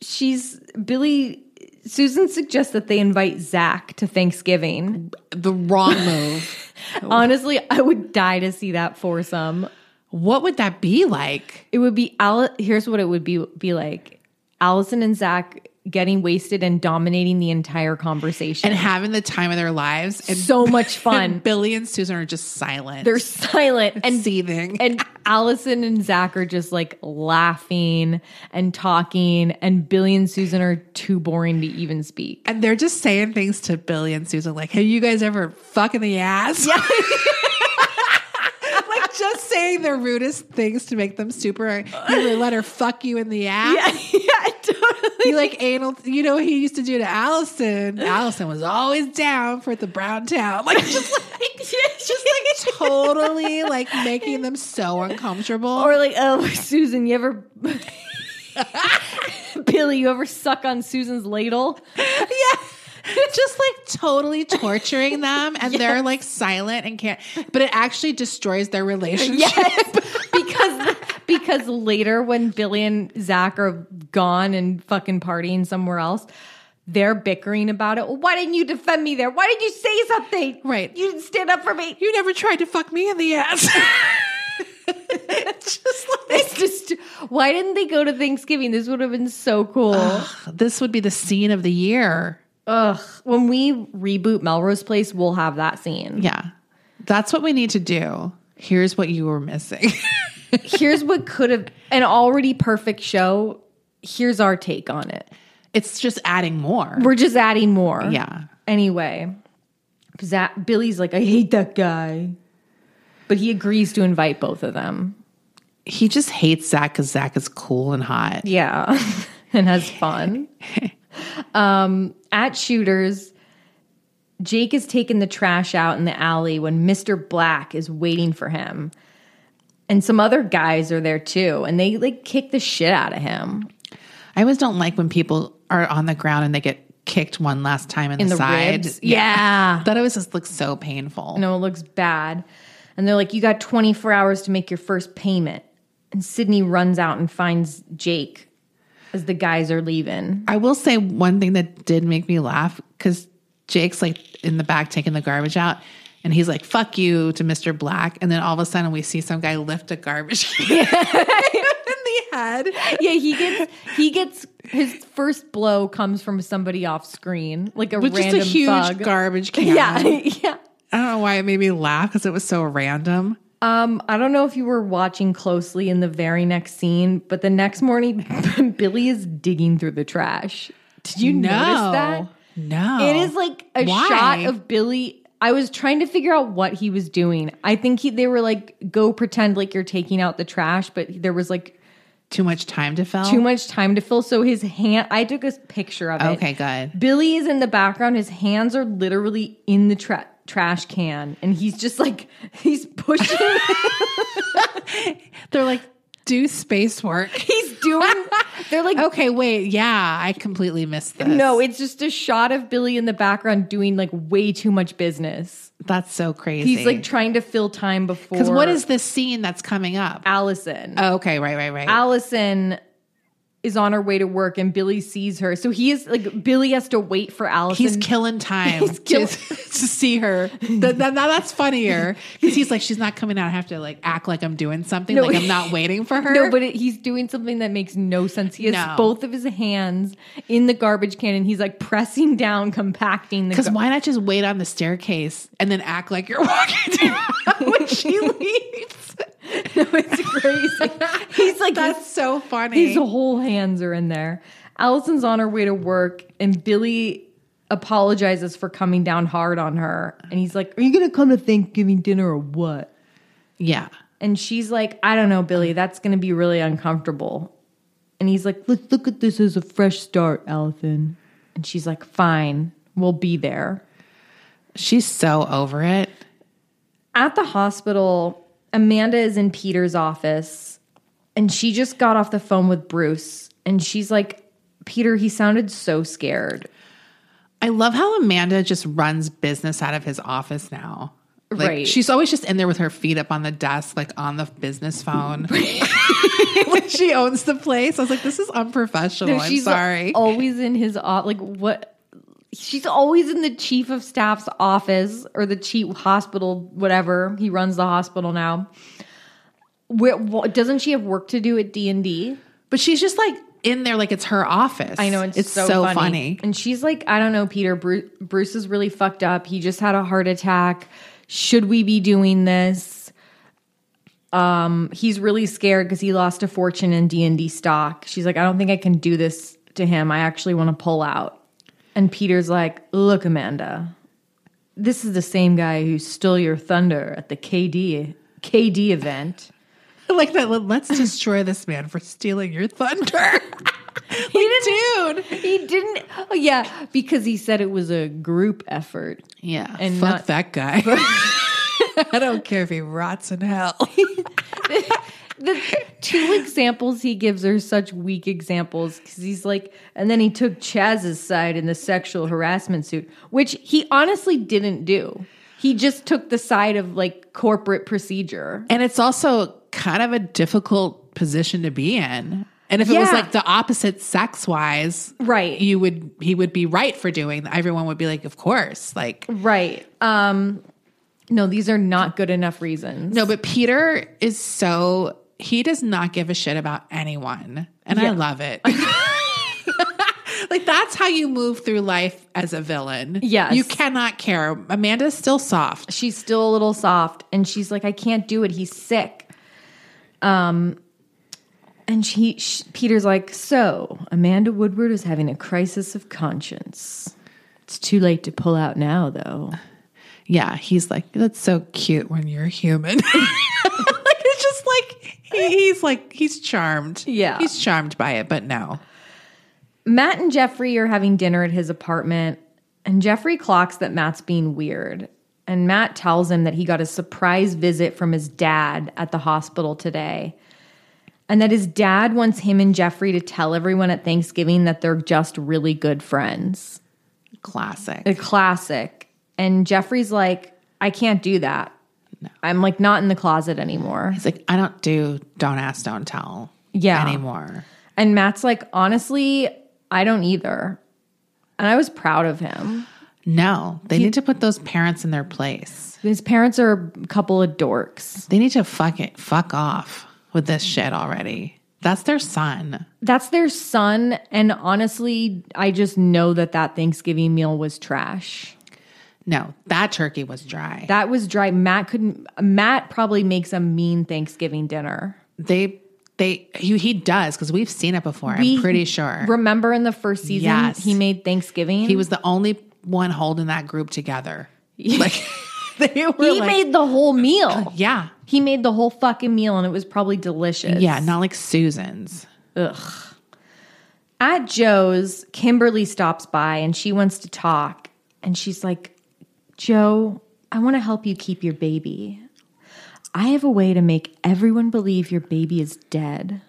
[SPEAKER 2] she's Billy. Susan suggests that they invite Zach to Thanksgiving.
[SPEAKER 3] The wrong move.
[SPEAKER 2] Honestly, I would die to see that foursome.
[SPEAKER 3] what would that be like?
[SPEAKER 2] It would be Al- here's what it would be be like: Allison and Zach getting wasted and dominating the entire conversation.
[SPEAKER 3] And having the time of their lives. And
[SPEAKER 2] so *laughs* much fun.
[SPEAKER 3] and Billy and Susan are just silent.
[SPEAKER 2] They're silent and
[SPEAKER 3] seething.
[SPEAKER 2] And Allison and Zach are just like laughing and talking, and Billy and Susan are too boring to even speak.
[SPEAKER 3] and they're just saying things to Billy and Susan like, "Have you guys ever fucking the ass?" *laughs* like just saying the rudest things to make them super. You ever let her fuck you in the
[SPEAKER 2] *laughs*
[SPEAKER 3] ass?
[SPEAKER 2] yeah, *laughs* totally.
[SPEAKER 3] You like anal. You know what he used to do to Allison. Allison was always down for the brown town. Like just
[SPEAKER 2] *laughs*
[SPEAKER 3] like just like totally like making them so uncomfortable. *laughs*
[SPEAKER 2] Or like, oh, Susan, you ever. *laughs* Billy, you ever suck on Susan's ladle?
[SPEAKER 3] just like totally torturing them, and they're like silent and can't. But it actually destroys their relationship.
[SPEAKER 2] *laughs* because because later when Billy and Zach are gone and fucking partying somewhere else, they're bickering about it. Well, why didn't you defend me there? Why did you say something?
[SPEAKER 3] Right.
[SPEAKER 2] You didn't stand up for me.
[SPEAKER 3] *laughs* You never tried to fuck me in the *laughs* ass. *laughs* just like.
[SPEAKER 2] It's just why didn't they go to Thanksgiving? This would have been so cool.
[SPEAKER 3] This would be the scene of the year.
[SPEAKER 2] Ugh. When we reboot Melrose Place, we'll have that scene.
[SPEAKER 3] Yeah. That's what we need to do. Here's what you were missing. *laughs*
[SPEAKER 2] Here's what could have an already perfect show. Here's our take on it.
[SPEAKER 3] it's just adding more.
[SPEAKER 2] We're just adding more.
[SPEAKER 3] Yeah.
[SPEAKER 2] Anyway, Zach, Billy's like, I hate that guy. But he agrees to invite both of them.
[SPEAKER 3] He just hates Zach because Zach is cool and hot.
[SPEAKER 2] Yeah. *laughs* and has fun. um, at Shooters, Jake is taking the trash out in the alley when Mr. Black is waiting for him. And some other guys are there too. And they like kick the shit out of him.
[SPEAKER 3] I always don't like when people are on the ground and they get kicked one last time in,
[SPEAKER 2] In
[SPEAKER 3] the,
[SPEAKER 2] the
[SPEAKER 3] side.
[SPEAKER 2] ribs. Yeah.
[SPEAKER 3] That always just looks so painful.
[SPEAKER 2] No, it looks bad. And they're like, you got 24 hours to make your first payment. And Sydney runs out and finds Jake as the guys are leaving.
[SPEAKER 3] I will say one thing that did make me laugh because Jake's like in the back taking the garbage out and he's like, fuck you to Mr. Black. And then all of a sudden we see some guy lift a garbage *laughs* can in the head.
[SPEAKER 2] *laughs* Yeah, he gets he gets his first blow comes from somebody off screen, like a
[SPEAKER 3] With just
[SPEAKER 2] random
[SPEAKER 3] a huge
[SPEAKER 2] thug.
[SPEAKER 3] garbage can.
[SPEAKER 2] *laughs* yeah, yeah.
[SPEAKER 3] I don't know why it made me laugh because it was so random.
[SPEAKER 2] Um, I don't know if you were watching closely in the very next scene, but the next morning, *laughs* Billy is digging through the trash. Did you notice that?
[SPEAKER 3] No.
[SPEAKER 2] It is like a
[SPEAKER 3] Oh. Why?
[SPEAKER 2] shot of Billy. I was trying to figure out what he was doing. I think he, they were like, go pretend like you're taking out the trash, but there was like
[SPEAKER 3] too much time to fill.
[SPEAKER 2] too much time to fill. So his hand, I took a picture of it.
[SPEAKER 3] Okay, good.
[SPEAKER 2] Billy is in the background. His hands are literally in the tra- trash can, and he's just like, *laughs* he's pushing,
[SPEAKER 3] *laughs* They're like, do space work.
[SPEAKER 2] he's doing, they're like,
[SPEAKER 3] okay, wait. Yeah, I completely missed this.
[SPEAKER 2] no, it's just a shot of Billy in the background doing like way too much business.
[SPEAKER 3] that's so crazy.
[SPEAKER 2] He's like trying to fill time before.
[SPEAKER 3] because what is this scene that's coming up?
[SPEAKER 2] Allison?
[SPEAKER 3] Oh, okay, right, right, right.
[SPEAKER 2] Allison is on her way to work and Billy sees her. So he is like Billy has to wait for Allison.
[SPEAKER 3] He's killing time
[SPEAKER 2] He's kill-
[SPEAKER 3] to, *laughs* to see her. Th- th- now that's funnier because he's like, she's not coming out. I have to like act like I'm doing something,
[SPEAKER 2] No.
[SPEAKER 3] like I'm not waiting for her.
[SPEAKER 2] *laughs* No, but it, he's doing something that makes no sense. He has
[SPEAKER 3] No.
[SPEAKER 2] both of his hands in the garbage can and he's like pressing down, compacting the
[SPEAKER 3] because
[SPEAKER 2] gar-
[SPEAKER 3] why not just wait on the staircase and then act like you're *laughs* walking down *laughs*
[SPEAKER 2] *laughs*
[SPEAKER 3] when she leaves?
[SPEAKER 2] it's crazy. he's like
[SPEAKER 3] That's so funny.
[SPEAKER 2] his whole hands are in there. Allison's on her way to work and Billy apologizes for coming down hard on her. And he's like, Are you gonna come to Thanksgiving dinner or what?
[SPEAKER 3] yeah.
[SPEAKER 2] And she's like, I don't know, Billy, that's going to be really uncomfortable. And he's like, let's look at this as a fresh start, Allison. And she's like, fine, we'll be there.
[SPEAKER 3] She's so over it.
[SPEAKER 2] At the hospital, Amanda is in Peter's office and she just got off the phone with Bruce. And she's like, Peter, he sounded so scared.
[SPEAKER 3] I love how Amanda just runs business out of his office now. Like,
[SPEAKER 2] Right.
[SPEAKER 3] She's always just in there with her feet up on the desk, like on the business phone. *laughs* when she owns the place. I was like, this is unprofessional. I'm
[SPEAKER 2] she's
[SPEAKER 3] sorry. *laughs*
[SPEAKER 2] always in his o- like what she's always in the chief of staff's office or the chief hospital whatever he runs the hospital now where wha- doesn't she have work to do at d&d
[SPEAKER 3] But she's just like in there like it's her office.
[SPEAKER 2] i know it's, so, funny. and she's like i don't know peter bruce, bruce is really fucked up he just had a heart attack should we be doing this um he's really scared because he lost a fortune in d&d stock she's like i don't think i can do this to him i actually want to pull out and peter's like look amanda this is the same guy who stole your thunder at the kd kd event
[SPEAKER 3] *laughs* like that let's destroy this man for stealing your thunder. *laughs*
[SPEAKER 2] he didn't, dude he didn't oh yeah because he said it was a group effort
[SPEAKER 3] Yeah.
[SPEAKER 2] And
[SPEAKER 3] And
[SPEAKER 2] not- *laughs*
[SPEAKER 3] fuck that guy. *laughs* I don't care if he rots in hell.
[SPEAKER 2] the two examples he gives are such weak examples because he's like, and then he took Chaz's side in the sexual harassment suit, which he honestly didn't do. He just took the side of like corporate procedure.
[SPEAKER 3] And it's also kind of a difficult position to be in. And if it was
[SPEAKER 2] Yeah.
[SPEAKER 3] like the opposite sex wise,
[SPEAKER 2] Right.
[SPEAKER 3] You would he would be right for doing that. Everyone would be like, of course. Like
[SPEAKER 2] Right. Um, no, these are not good enough reasons.
[SPEAKER 3] no, but Peter is so he does not give a shit about anyone. And I love it. *laughs* like that's how you move through life as a villain.
[SPEAKER 2] Yes.
[SPEAKER 3] You cannot care. Amanda's still soft.
[SPEAKER 2] she's still a little soft and she's like i can't do it he's sick um and she, sh peter's like so amanda woodward is having a crisis of conscience it's too late to pull out now though
[SPEAKER 3] Yeah, he's like, that's so cute when you're human. *laughs* like it's just like he, he's like he's charmed.
[SPEAKER 2] Yeah.
[SPEAKER 3] he's charmed by it, but no,
[SPEAKER 2] matt and jeffrey are having dinner at his apartment and jeffrey clocks that matt's being weird and matt tells him that he got a surprise visit from his dad at the hospital today and that his dad wants him and Jeffrey to tell everyone at Thanksgiving that they're just really good friends.
[SPEAKER 3] classic.
[SPEAKER 2] A classic. And Jeffrey's like, I can't do that. I'm like not in the closet anymore.
[SPEAKER 3] he's like, I don't do don't ask, don't tell.
[SPEAKER 2] Yeah.
[SPEAKER 3] anymore.
[SPEAKER 2] And Matt's like, honestly, I don't either. And I was proud of him.
[SPEAKER 3] No, they need to put those parents in their place.
[SPEAKER 2] His parents are a couple of dorks.
[SPEAKER 3] They need to fuck it, fuck off with this shit already. That's their son.
[SPEAKER 2] That's their son. And honestly, I just know that that Thanksgiving meal was trash.
[SPEAKER 3] No, that turkey was dry.
[SPEAKER 2] That was dry. Matt couldn't. Matt probably makes a mean Thanksgiving dinner.
[SPEAKER 3] they they he, he does because we've seen it before.
[SPEAKER 2] We-
[SPEAKER 3] I'm pretty sure.
[SPEAKER 2] Remember in the first season,
[SPEAKER 3] Yes.
[SPEAKER 2] he made Thanksgiving.
[SPEAKER 3] He was the only one holding that group together. Like *laughs* they were
[SPEAKER 2] He
[SPEAKER 3] like-
[SPEAKER 2] made the whole meal.
[SPEAKER 3] yeah,
[SPEAKER 2] He made the whole fucking meal and it was probably delicious.
[SPEAKER 3] yeah, not like Susan's.
[SPEAKER 2] At Joe's, Kimberly stops by and she wants to talk. And she's like, Joe, I want to help you keep your baby. I have a way to make everyone believe your baby is dead.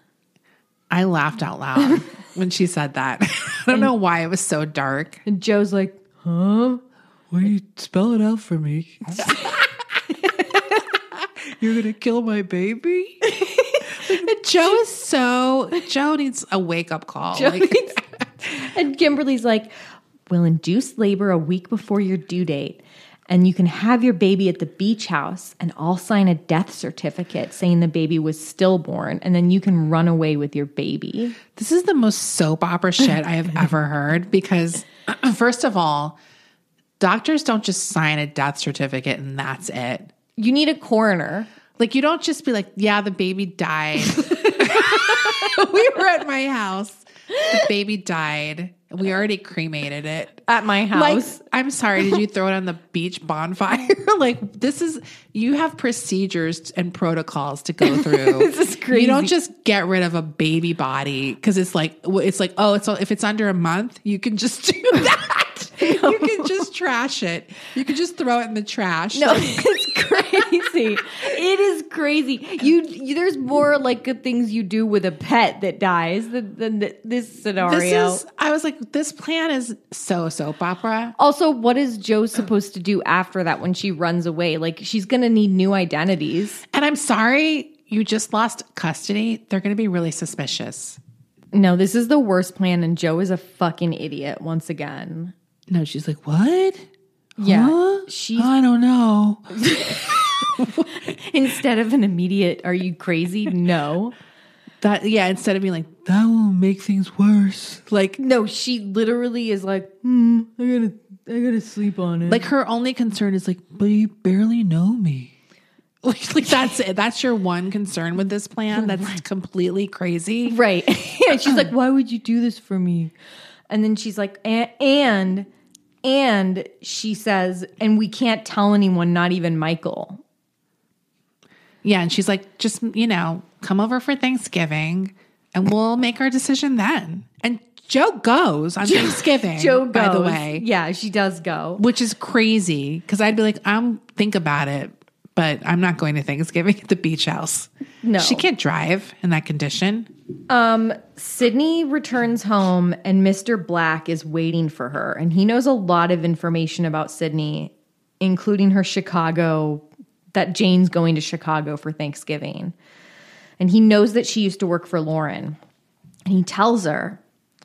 [SPEAKER 3] I laughed
[SPEAKER 2] *laughs*
[SPEAKER 3] out loud when she said that. *laughs* I don't know why it was so dark.
[SPEAKER 2] And Joe's like,
[SPEAKER 5] Will you spell it out for me?
[SPEAKER 3] *laughs*
[SPEAKER 5] You're gonna kill my baby?
[SPEAKER 2] and
[SPEAKER 3] Joe is so Joe needs a wake up call. like,
[SPEAKER 2] and Kimberly's like, we'll induce labor a week before your due date. And you can have your baby at the beach house, and I'll sign a death certificate saying the baby was stillborn, and then you can run away with your baby.
[SPEAKER 3] This is the most soap opera shit
[SPEAKER 2] *laughs*
[SPEAKER 3] I have ever heard because, *clears throat* first of all, doctors don't just sign a death certificate and that's it.
[SPEAKER 2] You need a coroner.
[SPEAKER 3] Like, you don't just be like, yeah, the
[SPEAKER 2] *laughs*
[SPEAKER 3] baby died. *laughs* we were at my house. The baby died. We already cremated it.
[SPEAKER 2] At my
[SPEAKER 3] Like,
[SPEAKER 2] house.
[SPEAKER 3] I'm sorry, did you throw it on the beach bonfire? *laughs* like, this is, you have procedures and protocols
[SPEAKER 2] *laughs*
[SPEAKER 3] to go through.
[SPEAKER 2] This is
[SPEAKER 3] You don't
[SPEAKER 2] crazy.
[SPEAKER 3] just get rid of a baby body because it's like, w- it's like, oh, it's, if it's under a month, you can just do *laughs*
[SPEAKER 2] *laughs*
[SPEAKER 3] that. You can just trash it. You can just throw it in the trash.
[SPEAKER 2] No, it's crazy. it is crazy. You, you there's more like good things you do with a pet that dies than, than th- this scenario.
[SPEAKER 3] This is, I was like, this plan is so soap opera.
[SPEAKER 2] also, what is Joe supposed to do after that when she runs away? Like she's gonna need new identities.
[SPEAKER 3] And I'm sorry, you just lost custody. They're going to be really suspicious.
[SPEAKER 2] No, this is the worst plan, and Joe is a fucking idiot once again.
[SPEAKER 3] No, she's like, what?
[SPEAKER 2] Yeah,
[SPEAKER 3] Huh?
[SPEAKER 2] she's
[SPEAKER 3] I don't know.
[SPEAKER 2] instead of an immediate "Are you crazy?" No,
[SPEAKER 3] That yeah. Instead of being like,
[SPEAKER 5] That will make things worse.
[SPEAKER 3] *laughs* like,
[SPEAKER 2] no, she literally is like,
[SPEAKER 5] Hmm, I gotta, I gotta sleep on it.
[SPEAKER 3] like her only concern is like, *laughs*
[SPEAKER 5] but you barely know me.
[SPEAKER 3] like, like that's it. That's your one concern with this plan. That's completely crazy.
[SPEAKER 2] right? *laughs* and she's like, "Why would you do this for me?" And then she's like, "A- "And." And she says, and we can't tell anyone, not even Michael.
[SPEAKER 3] Yeah, and she's like, just you know, come over for Thanksgiving, and we'll make our decision then. And Joe goes on Thanksgiving.
[SPEAKER 2] Joe goes.
[SPEAKER 3] by the way.
[SPEAKER 2] Yeah, she does go.
[SPEAKER 3] which is crazy because I'd be like, I'm think about it, but I'm not going to Thanksgiving at the beach house.
[SPEAKER 2] No.
[SPEAKER 3] she can't drive in that condition.
[SPEAKER 2] Um, Sydney returns home and Mr. Black is waiting for her. And he knows a lot of information about Sydney, including her Chicago, that Jane's going to Chicago for Thanksgiving. And he knows that she used to work for Lauren. And he tells her,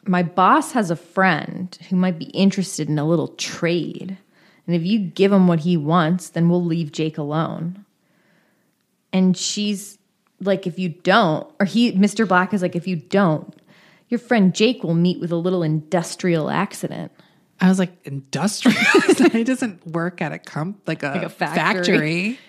[SPEAKER 2] My boss has a friend who might be interested in a little trade. And if you give him what he wants, then we'll leave Jake alone and she's like if you don't or he mr black is like if you don't your friend jake will meet with a little industrial accident
[SPEAKER 3] I was like, industrial. *laughs* he doesn't work at a comp like a,
[SPEAKER 2] a factory.
[SPEAKER 3] factory.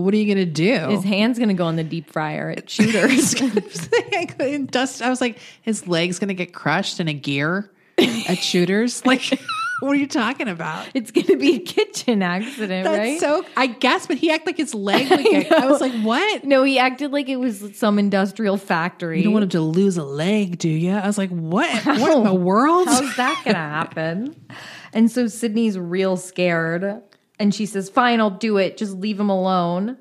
[SPEAKER 3] What are you gonna
[SPEAKER 2] his
[SPEAKER 3] do?
[SPEAKER 2] hand's gonna go on the deep fryer *laughs* at
[SPEAKER 3] *laughs*
[SPEAKER 2] shooters
[SPEAKER 3] I couldn't dust. I was like, his leg's gonna get crushed in a gear at shooters. *laughs* like, what are you talking about?
[SPEAKER 2] it's gonna be a kitchen accident
[SPEAKER 3] That's
[SPEAKER 2] right
[SPEAKER 3] so. I guess, but he acted like his leg. Would get, I, was like, what?
[SPEAKER 2] no he acted like it was some industrial factory
[SPEAKER 3] You don't want him to lose a leg, do you? I was like, *laughs* what? What in the world?
[SPEAKER 2] How's that going to happen? And so Sydney's real scared. And she says, Fine, I'll do it. Just leave him alone.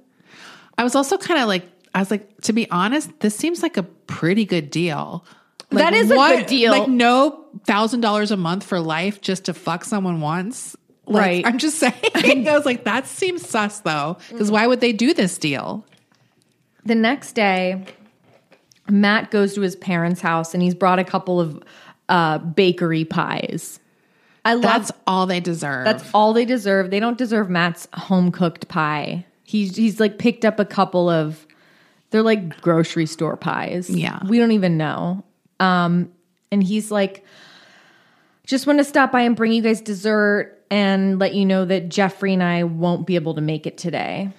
[SPEAKER 3] I was also kind of like, I was like, to be honest, this seems like a pretty good deal. Like,
[SPEAKER 2] That is a good deal.
[SPEAKER 3] Like no thousand dollars a month for life just to fuck someone once. Like,
[SPEAKER 2] Right.
[SPEAKER 3] I'm just *laughs* saying. I was like, that seems sus though, because why would they do this deal?
[SPEAKER 2] The next day, Matt goes to his parents' house and he's brought a couple of uh, bakery pies. I love
[SPEAKER 3] That's
[SPEAKER 2] that's,
[SPEAKER 3] all they deserve.
[SPEAKER 2] all they deserve. They don't deserve Matt's home cooked pie. He's he's like picked up a couple of they're like grocery store pies.
[SPEAKER 3] Yeah.
[SPEAKER 2] We don't even know. Um and he's like just want to stop by and bring you guys dessert and let you know that Jeffrey and I won't be able to make it today.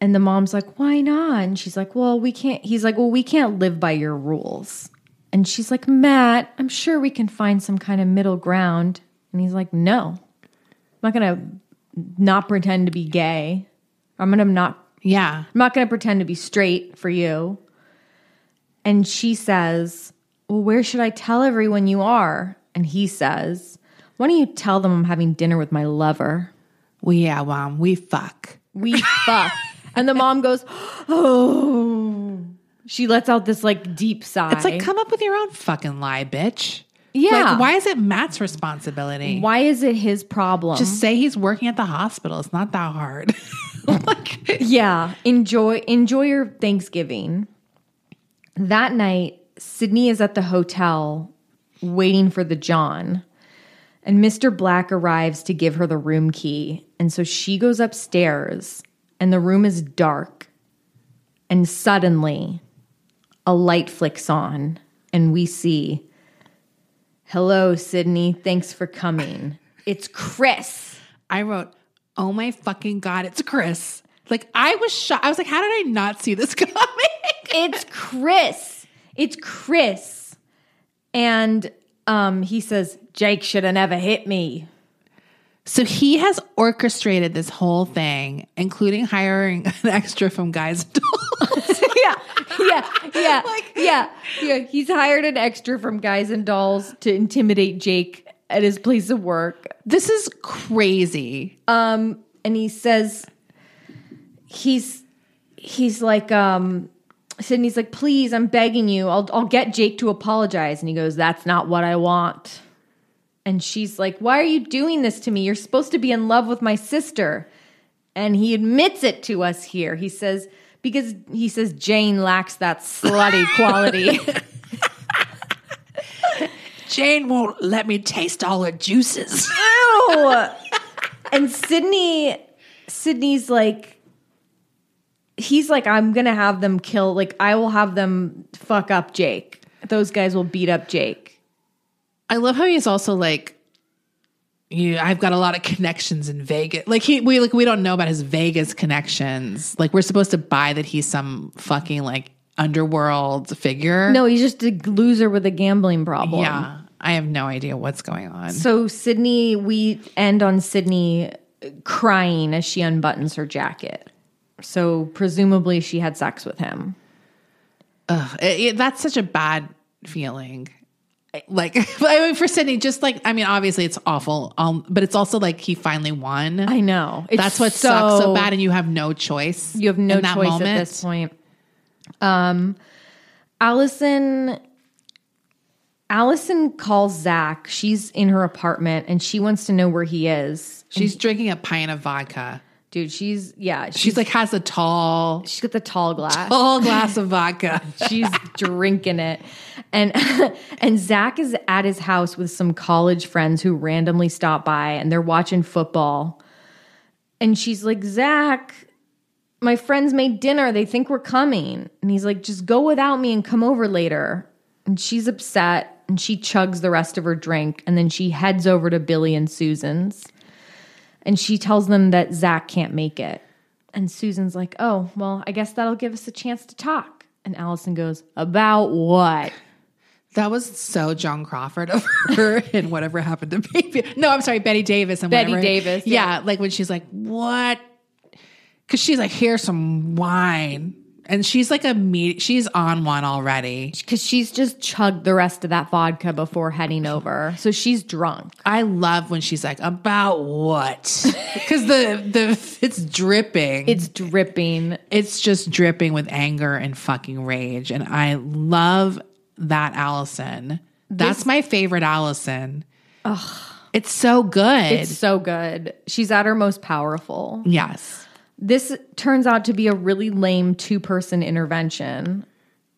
[SPEAKER 2] And the mom's like, why not? And she's like, well, we can't. He's like, well, we can't live by your rules. And she's like, Matt, I'm sure we can find some kind of middle ground. And he's like, no, I'm not going to not pretend to be gay. I'm going to not
[SPEAKER 3] yeah.
[SPEAKER 2] I'm not going to pretend to be straight for you. And she says, Well, where should I tell everyone you are? And he says, Why don't you tell them I'm having dinner with my lover?
[SPEAKER 3] Well, yeah, mom, we fuck. *laughs*
[SPEAKER 2] We fuck. and the mom goes, Oh. She lets out this like deep sigh.
[SPEAKER 3] It's like, come up with your own fucking lie, bitch.
[SPEAKER 2] Yeah.
[SPEAKER 3] Like, why is it Matt's responsibility?
[SPEAKER 2] Why is it his problem?
[SPEAKER 3] Just say he's working at the hospital. It's not that hard. *laughs* like,
[SPEAKER 2] yeah. Enjoy enjoy your Thanksgiving. That night, Sydney is at the hotel waiting for the John, and Mr. Black arrives to give her the room key. And so she goes upstairs, and the room is dark. And suddenly, a light flicks on, and we see Hello, Sydney. Thanks for coming. It's Chris.
[SPEAKER 3] I wrote, "Oh my fucking god, it's Chris!" Like I was shocked. I was like, "How did I not see this *laughs* coming?"
[SPEAKER 2] It's Chris. It's Chris. And um, he says, Jake should have never hit me.
[SPEAKER 3] so he has orchestrated this whole thing, including hiring *laughs* an extra from Guys and Dolls.
[SPEAKER 2] yeah, *laughs* yeah, yeah, yeah, yeah. He's hired an extra from Guys and Dolls to intimidate Jake at his place of work.
[SPEAKER 3] *laughs* this is crazy.
[SPEAKER 2] Um, and he says, he's he's like, um, Sydney's like, please, I'm begging you, I'll I'll get Jake to apologize. And he goes, that's not what I want. And she's like, why are you doing this to me? You're supposed to be in love with my sister. And he admits it to us here. He says, because he says Jane lacks that
[SPEAKER 3] *laughs*
[SPEAKER 2] slutty quality.
[SPEAKER 3] Jane won't let me taste all her juices.
[SPEAKER 2] Ew. and Sydney, Sydney's like, he's like, I'm gonna have them kill. Like, I will have them fuck up Jake. Those guys will beat up Jake.
[SPEAKER 3] I love how he's also like, yeah, I've got a lot of connections in Vegas. Like he, we like we don't know about his Vegas connections. Like we're supposed to buy that he's some fucking like underworld figure.
[SPEAKER 2] No, he's just a loser with a gambling problem.
[SPEAKER 3] yeah, I have no idea what's going on.
[SPEAKER 2] So Sydney, we end on Sydney crying as she unbuttons her jacket. So presumably she had sex with him.
[SPEAKER 3] Ugh, it- it- that's such a bad feeling. I- Like *laughs* I mean, for Sydney, just like I mean, obviously it's awful. Um, but it's also like he finally won.
[SPEAKER 2] I know. It's
[SPEAKER 3] that's what sucks so bad, and you have no choice.
[SPEAKER 2] You have no
[SPEAKER 3] in that
[SPEAKER 2] choice at
[SPEAKER 3] moment.
[SPEAKER 2] this point. Um, Allison. Allison calls Zach. She's in her apartment and she wants to know where he is.
[SPEAKER 3] She's drinking a pint of vodka.
[SPEAKER 2] Dude, she's yeah. She's,
[SPEAKER 3] She's like has a tall
[SPEAKER 2] she's got the tall glass.
[SPEAKER 3] tall glass of vodka.
[SPEAKER 2] *laughs* She's drinking it. And *laughs* and Zach is at his house with some college friends who randomly stop by and they're watching football. And she's like, Zach, my friends made dinner. They think we're coming. And he's like, just go without me and come over later. And she's upset and she chugs the rest of her drink. And then she heads over to Billy and Susan's. And she tells them that Zach can't make it. And Susan's like, oh, well, I guess that'll give us a chance to talk. And Allison goes, about what?
[SPEAKER 3] That was so John Crawford of
[SPEAKER 2] *laughs*
[SPEAKER 3] her and whatever happened to baby. No, I'm sorry, Betty Davis and
[SPEAKER 2] Betty
[SPEAKER 3] whatever.
[SPEAKER 2] Davis,
[SPEAKER 3] Yeah. like when she's like, "What?" Because she's like, "Here's some wine," and she's like a meat. She's on one already.
[SPEAKER 2] Because she's just chugged the rest of that vodka before heading over. So she's drunk.
[SPEAKER 3] I love when she's like, "About
[SPEAKER 2] *laughs*
[SPEAKER 3] what?" Because the the it's dripping.
[SPEAKER 2] It's dripping.
[SPEAKER 3] it's just dripping with anger and fucking rage. And I love that Allison. That's my favorite Allison. It's so good.
[SPEAKER 2] It's so good. She's at her most powerful.
[SPEAKER 3] yes.
[SPEAKER 2] This turns out to be a really lame two person intervention.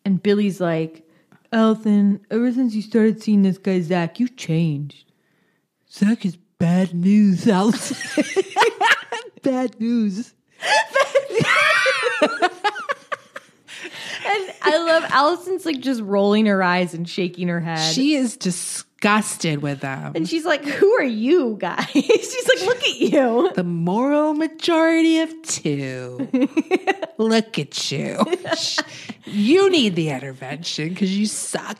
[SPEAKER 2] And Billy's like,
[SPEAKER 5] Elton, ever since you started seeing this guy Zach, you've changed. Zach is bad news, *laughs* Elton. bad news.
[SPEAKER 2] and I love Allison's like just rolling her eyes and shaking her head.
[SPEAKER 3] She is disgusted with them.
[SPEAKER 2] and she's like, Who are you guys? *laughs* she's like, Look at you.
[SPEAKER 3] the moral majority of two. Look at you. Sh- you need the intervention because you suck.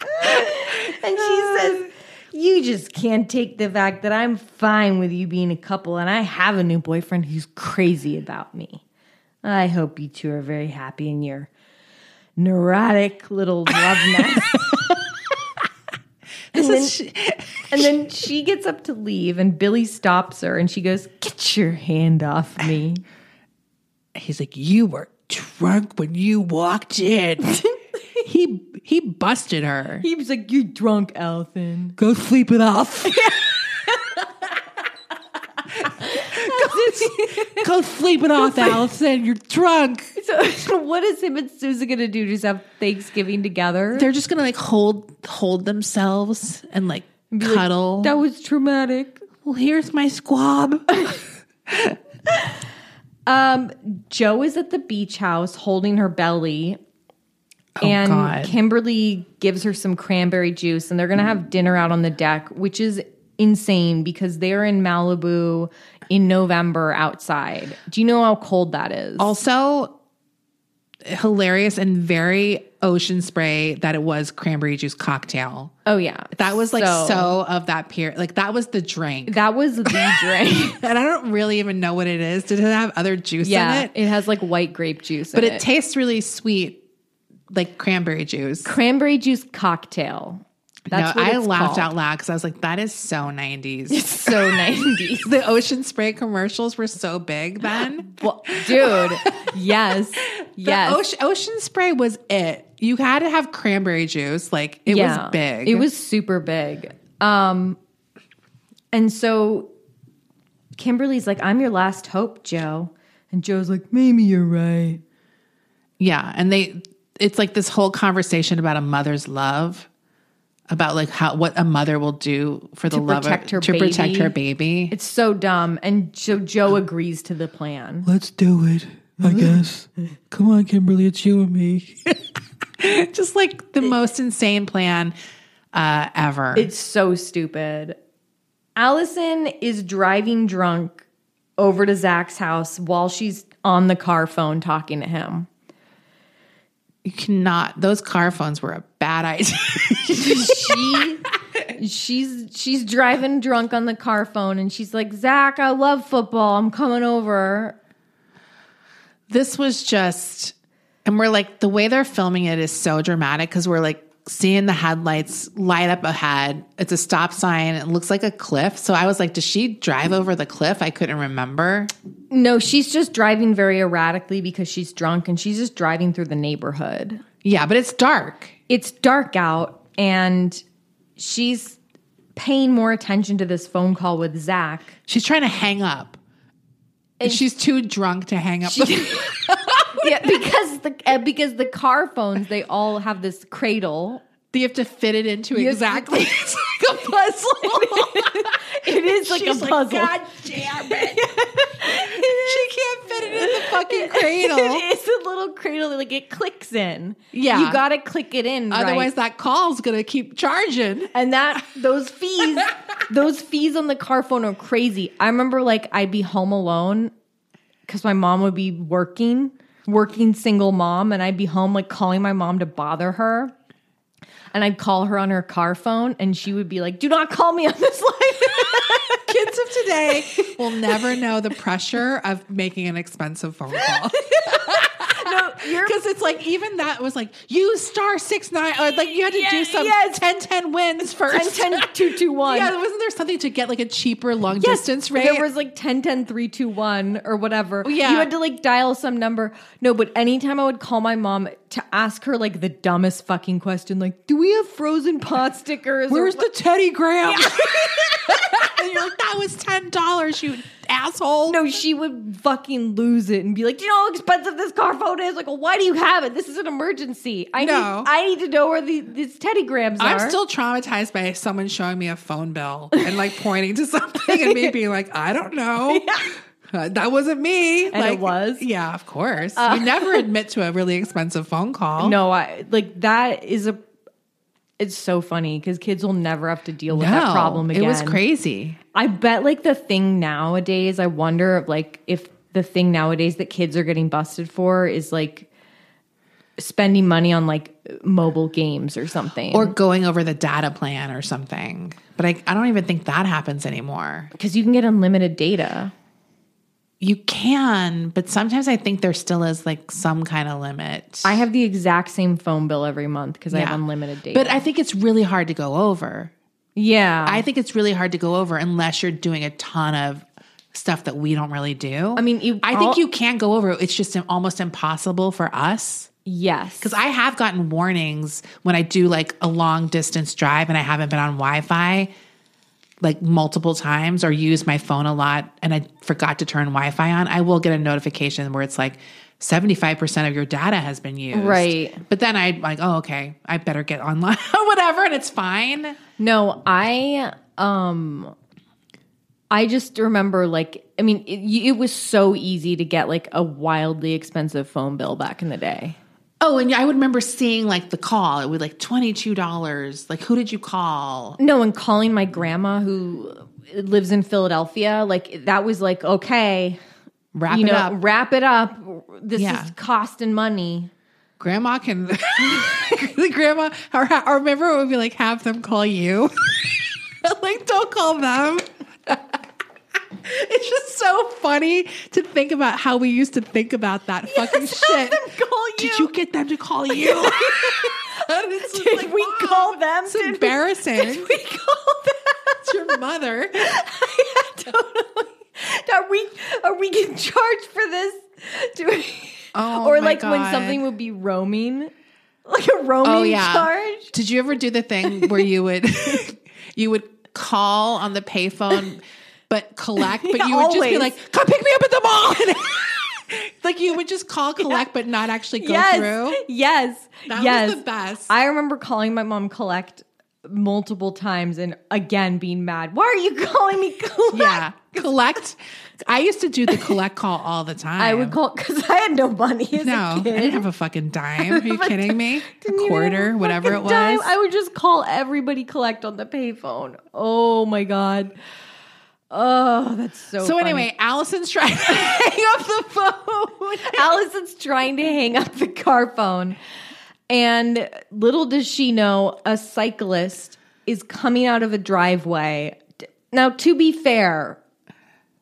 [SPEAKER 2] And she says, You just can't take the fact that I'm fine with you being a couple and I have a new boyfriend who's crazy about me. I hope you two are very happy in your neurotic little love *laughs* nest.
[SPEAKER 3] This is sh-
[SPEAKER 2] and then she gets up to leave and Billy stops her and she goes, Get your hand off me.
[SPEAKER 3] He's like, you were drunk when you walked in. he he busted her.
[SPEAKER 2] *laughs* He was like, You're drunk, Elfin.
[SPEAKER 3] Go sleep it *laughs* off. go, go sleep it off, Allison. You're drunk.
[SPEAKER 2] So, *laughs* what is him and Susan gonna do? Just have Thanksgiving together?
[SPEAKER 3] They're just gonna like hold hold themselves and like cuddle.
[SPEAKER 2] That was traumatic.
[SPEAKER 3] well, here's my squab.
[SPEAKER 2] Um, Joe is at the beach house holding her belly. and
[SPEAKER 3] Oh, God.
[SPEAKER 2] Kimberly gives her some cranberry juice, and they're gonna have dinner out on the deck, which is insane because they're in Malibu in November outside. Do you know how cold that is?
[SPEAKER 3] also hilarious and very ocean spray that it was cranberry juice cocktail.
[SPEAKER 2] oh yeah,
[SPEAKER 3] That was like so,
[SPEAKER 2] So-
[SPEAKER 3] of that period. Like that was the drink.
[SPEAKER 2] that was
[SPEAKER 3] *laughs*
[SPEAKER 2] the drink.
[SPEAKER 3] and I don't really even know what it is. Did it have other juice
[SPEAKER 2] yeah,
[SPEAKER 3] in
[SPEAKER 2] it?
[SPEAKER 3] it?
[SPEAKER 2] has like white grape juice,
[SPEAKER 3] But
[SPEAKER 2] in
[SPEAKER 3] it tastes really sweet, like cranberry juice.
[SPEAKER 2] cranberry juice cocktail. That's
[SPEAKER 3] no,
[SPEAKER 2] what
[SPEAKER 3] I
[SPEAKER 2] it's
[SPEAKER 3] laughed
[SPEAKER 2] called.
[SPEAKER 3] out loud because I was like, that is so 90s.
[SPEAKER 2] So *laughs*
[SPEAKER 3] *laughs*
[SPEAKER 2] nineties.
[SPEAKER 3] the ocean spray commercials were so big then.
[SPEAKER 2] Well, dude, yes, yes.
[SPEAKER 3] The ocean, ocean spray was it. You had to have cranberry juice. Like it was big.
[SPEAKER 2] It was super big. Um, and so Kimberly's like, "I'm your last hope, Joe."
[SPEAKER 5] And Joe's like, maybe you're right.
[SPEAKER 3] Yeah, and they it's like this whole conversation about a mother's love, about like how what a mother will do for the love
[SPEAKER 2] protect her
[SPEAKER 3] of, to protect
[SPEAKER 2] baby.
[SPEAKER 3] her baby.
[SPEAKER 2] It's so dumb. And so Joe agrees to the plan.
[SPEAKER 5] Let's do it, I *laughs* guess. Come on, Kimberly, it's you and me.
[SPEAKER 3] It's just like the most insane plan uh, ever.
[SPEAKER 2] It's so stupid. Allison is driving drunk over to Zach's house while she's on the car phone talking to him.
[SPEAKER 3] you cannot. Those car phones were a bad *laughs* idea.
[SPEAKER 2] she she's she's driving drunk on the car phone and she's like zach i love football i'm coming over
[SPEAKER 3] this was just, and we're like the way they're filming it is so dramatic because we're like seeing the headlights light up ahead. It's a stop sign. It looks like a cliff. So I was like, does she drive over the cliff? I couldn't remember.
[SPEAKER 2] no she's just driving very erratically because she's drunk and she's just driving through the neighborhood
[SPEAKER 3] Yeah, but it's dark.
[SPEAKER 2] it's dark out and she's paying more attention to this phone call with zach
[SPEAKER 3] She's trying to hang up. And she's too drunk to hang up. the
[SPEAKER 2] yeah *laughs* because the uh, because the car phones they all have this cradle
[SPEAKER 3] *laughs* you have to fit it into exactly. it's like a puzzle.
[SPEAKER 2] it is like
[SPEAKER 3] She's
[SPEAKER 2] a puzzle
[SPEAKER 3] Like, God damn it! *laughs* she can't fit it in the *laughs* fucking cradle.
[SPEAKER 2] *laughs* It's a little cradle, that, like it clicks in.
[SPEAKER 3] Yeah.
[SPEAKER 2] you gotta click it in. right?
[SPEAKER 3] Otherwise, that call's gonna keep charging.
[SPEAKER 2] and that those fees, those fees on the car phone are crazy. I remember like I'd be home alone because my mom would be working, working single mom, and I'd be home like calling my mom to bother her. And I'd call her on her car phone, and she would be like, "Do not call me on this line." *laughs*
[SPEAKER 3] Kids of today will never know the pressure of making an expensive phone call.
[SPEAKER 2] *laughs* no, you're
[SPEAKER 3] Because it's like even that was like you star six nine or like you had to do some
[SPEAKER 2] yes.
[SPEAKER 3] 10-10 wins
[SPEAKER 2] ten
[SPEAKER 3] *laughs* first.
[SPEAKER 2] ten two two one.
[SPEAKER 3] *laughs* Yeah, wasn't there something to get like a cheaper long distance rate?
[SPEAKER 2] There was like 10 10 3 2 1 or whatever.
[SPEAKER 3] Oh, Yeah.
[SPEAKER 2] You had to like dial some number. No, but anytime I would call my mom to ask her like the dumbest fucking question, like, do we have frozen pot stickers? or
[SPEAKER 3] Where's
[SPEAKER 2] what-
[SPEAKER 3] the Teddy Graham? *laughs* and you're like, that was ten dollars, you asshole.
[SPEAKER 2] No, she would fucking lose it and be like, "Do you know how expensive this car phone is?" Like, well, why do you have it? This is an emergency. I
[SPEAKER 3] No.
[SPEAKER 2] need, I need to know where the, these Teddy Grams are.
[SPEAKER 3] I'm still traumatized by someone showing me a phone bill and like pointing to *laughs*
[SPEAKER 2] *laughs*
[SPEAKER 3] something and me being like, I don't know. Uh, that wasn't me. And
[SPEAKER 2] it was? Uh.
[SPEAKER 3] Yeah, of course. you never admit to a really expensive phone call.
[SPEAKER 2] no, I like that is a. It's so funny because kids will never have to deal with that
[SPEAKER 3] No,
[SPEAKER 2] problem again.
[SPEAKER 3] It was crazy.
[SPEAKER 2] I bet like the thing nowadays, I wonder if like if the thing nowadays that kids are getting busted for is like spending money on like mobile games or something.
[SPEAKER 3] Or going over the data plan or something. But I, I don't even think that happens anymore.
[SPEAKER 2] because you can get unlimited data.
[SPEAKER 3] You can, but sometimes I think there still is like some kind of limit.
[SPEAKER 2] I have the exact same phone bill every month because I
[SPEAKER 3] Yeah.
[SPEAKER 2] have unlimited data.
[SPEAKER 3] But I think it's really hard to go over.
[SPEAKER 2] yeah.
[SPEAKER 3] I think it's really hard to go over unless you're doing a ton of stuff that we don't really do.
[SPEAKER 2] I mean, you-
[SPEAKER 3] I think
[SPEAKER 2] all-
[SPEAKER 3] you can go over. it. It's just almost impossible for us.
[SPEAKER 2] yes.
[SPEAKER 3] Because I have gotten warnings when I do like a long distance drive and I haven't been on Wi Fi like multiple times or use my phone a lot and I forgot to turn Wi Fi on, I will get a notification where it's like 75% of your data has been used.
[SPEAKER 2] Right.
[SPEAKER 3] But then I'm like, oh, okay, I better get online *laughs* or whatever and it's fine.
[SPEAKER 2] No, I um I just remember like I mean it, y- it was so easy to get like a wildly expensive phone bill back in the day.
[SPEAKER 3] Oh, and I would remember seeing like the call. It would like $22. Like, who did you call?
[SPEAKER 2] No, and calling my grandma who lives in Philadelphia, like that was like okay,
[SPEAKER 3] Wrap
[SPEAKER 2] you
[SPEAKER 3] it
[SPEAKER 2] know,
[SPEAKER 3] up.
[SPEAKER 2] wrap it up. This
[SPEAKER 3] Yeah.
[SPEAKER 2] is costing money.
[SPEAKER 3] grandma can *laughs* the grandma or, or remember it would be like have them call you *laughs* like don't call them *laughs* it's just so funny to think about how we used to think about that fucking shit
[SPEAKER 2] call
[SPEAKER 3] did you get them to *laughs* call you And it's just
[SPEAKER 2] Did
[SPEAKER 3] like,
[SPEAKER 2] we
[SPEAKER 3] Mom,
[SPEAKER 2] call them?
[SPEAKER 3] it's
[SPEAKER 2] Did we-
[SPEAKER 3] embarrassing
[SPEAKER 2] We *laughs* call that
[SPEAKER 3] it's your mother
[SPEAKER 2] totally. Are we are we getting charged for this? Do we,
[SPEAKER 3] Oh,
[SPEAKER 2] or
[SPEAKER 3] my
[SPEAKER 2] like when
[SPEAKER 3] God.
[SPEAKER 2] something would be roaming, *laughs* like a roaming charge?
[SPEAKER 3] Oh, Did you ever do the thing where you would *laughs* you would call on the payphone but collect, but
[SPEAKER 2] Yeah,
[SPEAKER 3] you would just be
[SPEAKER 2] always.
[SPEAKER 3] like, "Come pick me up at the mall." *laughs* like you would just call collect but not actually
[SPEAKER 2] *laughs*
[SPEAKER 3] go
[SPEAKER 2] yes,
[SPEAKER 3] through.
[SPEAKER 2] yes,
[SPEAKER 3] That was
[SPEAKER 2] yes.
[SPEAKER 3] the best.
[SPEAKER 2] I remember calling my mom collect multiple times and again being mad. Why are you calling me collect?
[SPEAKER 3] Yeah. Collect. I used to do the collect call all the time.
[SPEAKER 2] I would call because I had no money as
[SPEAKER 3] No, I
[SPEAKER 2] a kid.
[SPEAKER 3] didn't have a fucking dime. Are you kidding me?
[SPEAKER 2] *laughs* Didn't even
[SPEAKER 3] a
[SPEAKER 2] have
[SPEAKER 3] quarter,
[SPEAKER 2] a
[SPEAKER 3] whatever it
[SPEAKER 2] fucking
[SPEAKER 3] was.
[SPEAKER 2] dime. I would just call everybody collect on the payphone. Oh my god. Oh, that's so.
[SPEAKER 3] so
[SPEAKER 2] funny.
[SPEAKER 3] anyway, Allison's trying to *laughs* hang up the phone.
[SPEAKER 2] *laughs* Allison's trying to hang up the car phone. And little does she know, a cyclist is coming out of a driveway. Now, to be fair,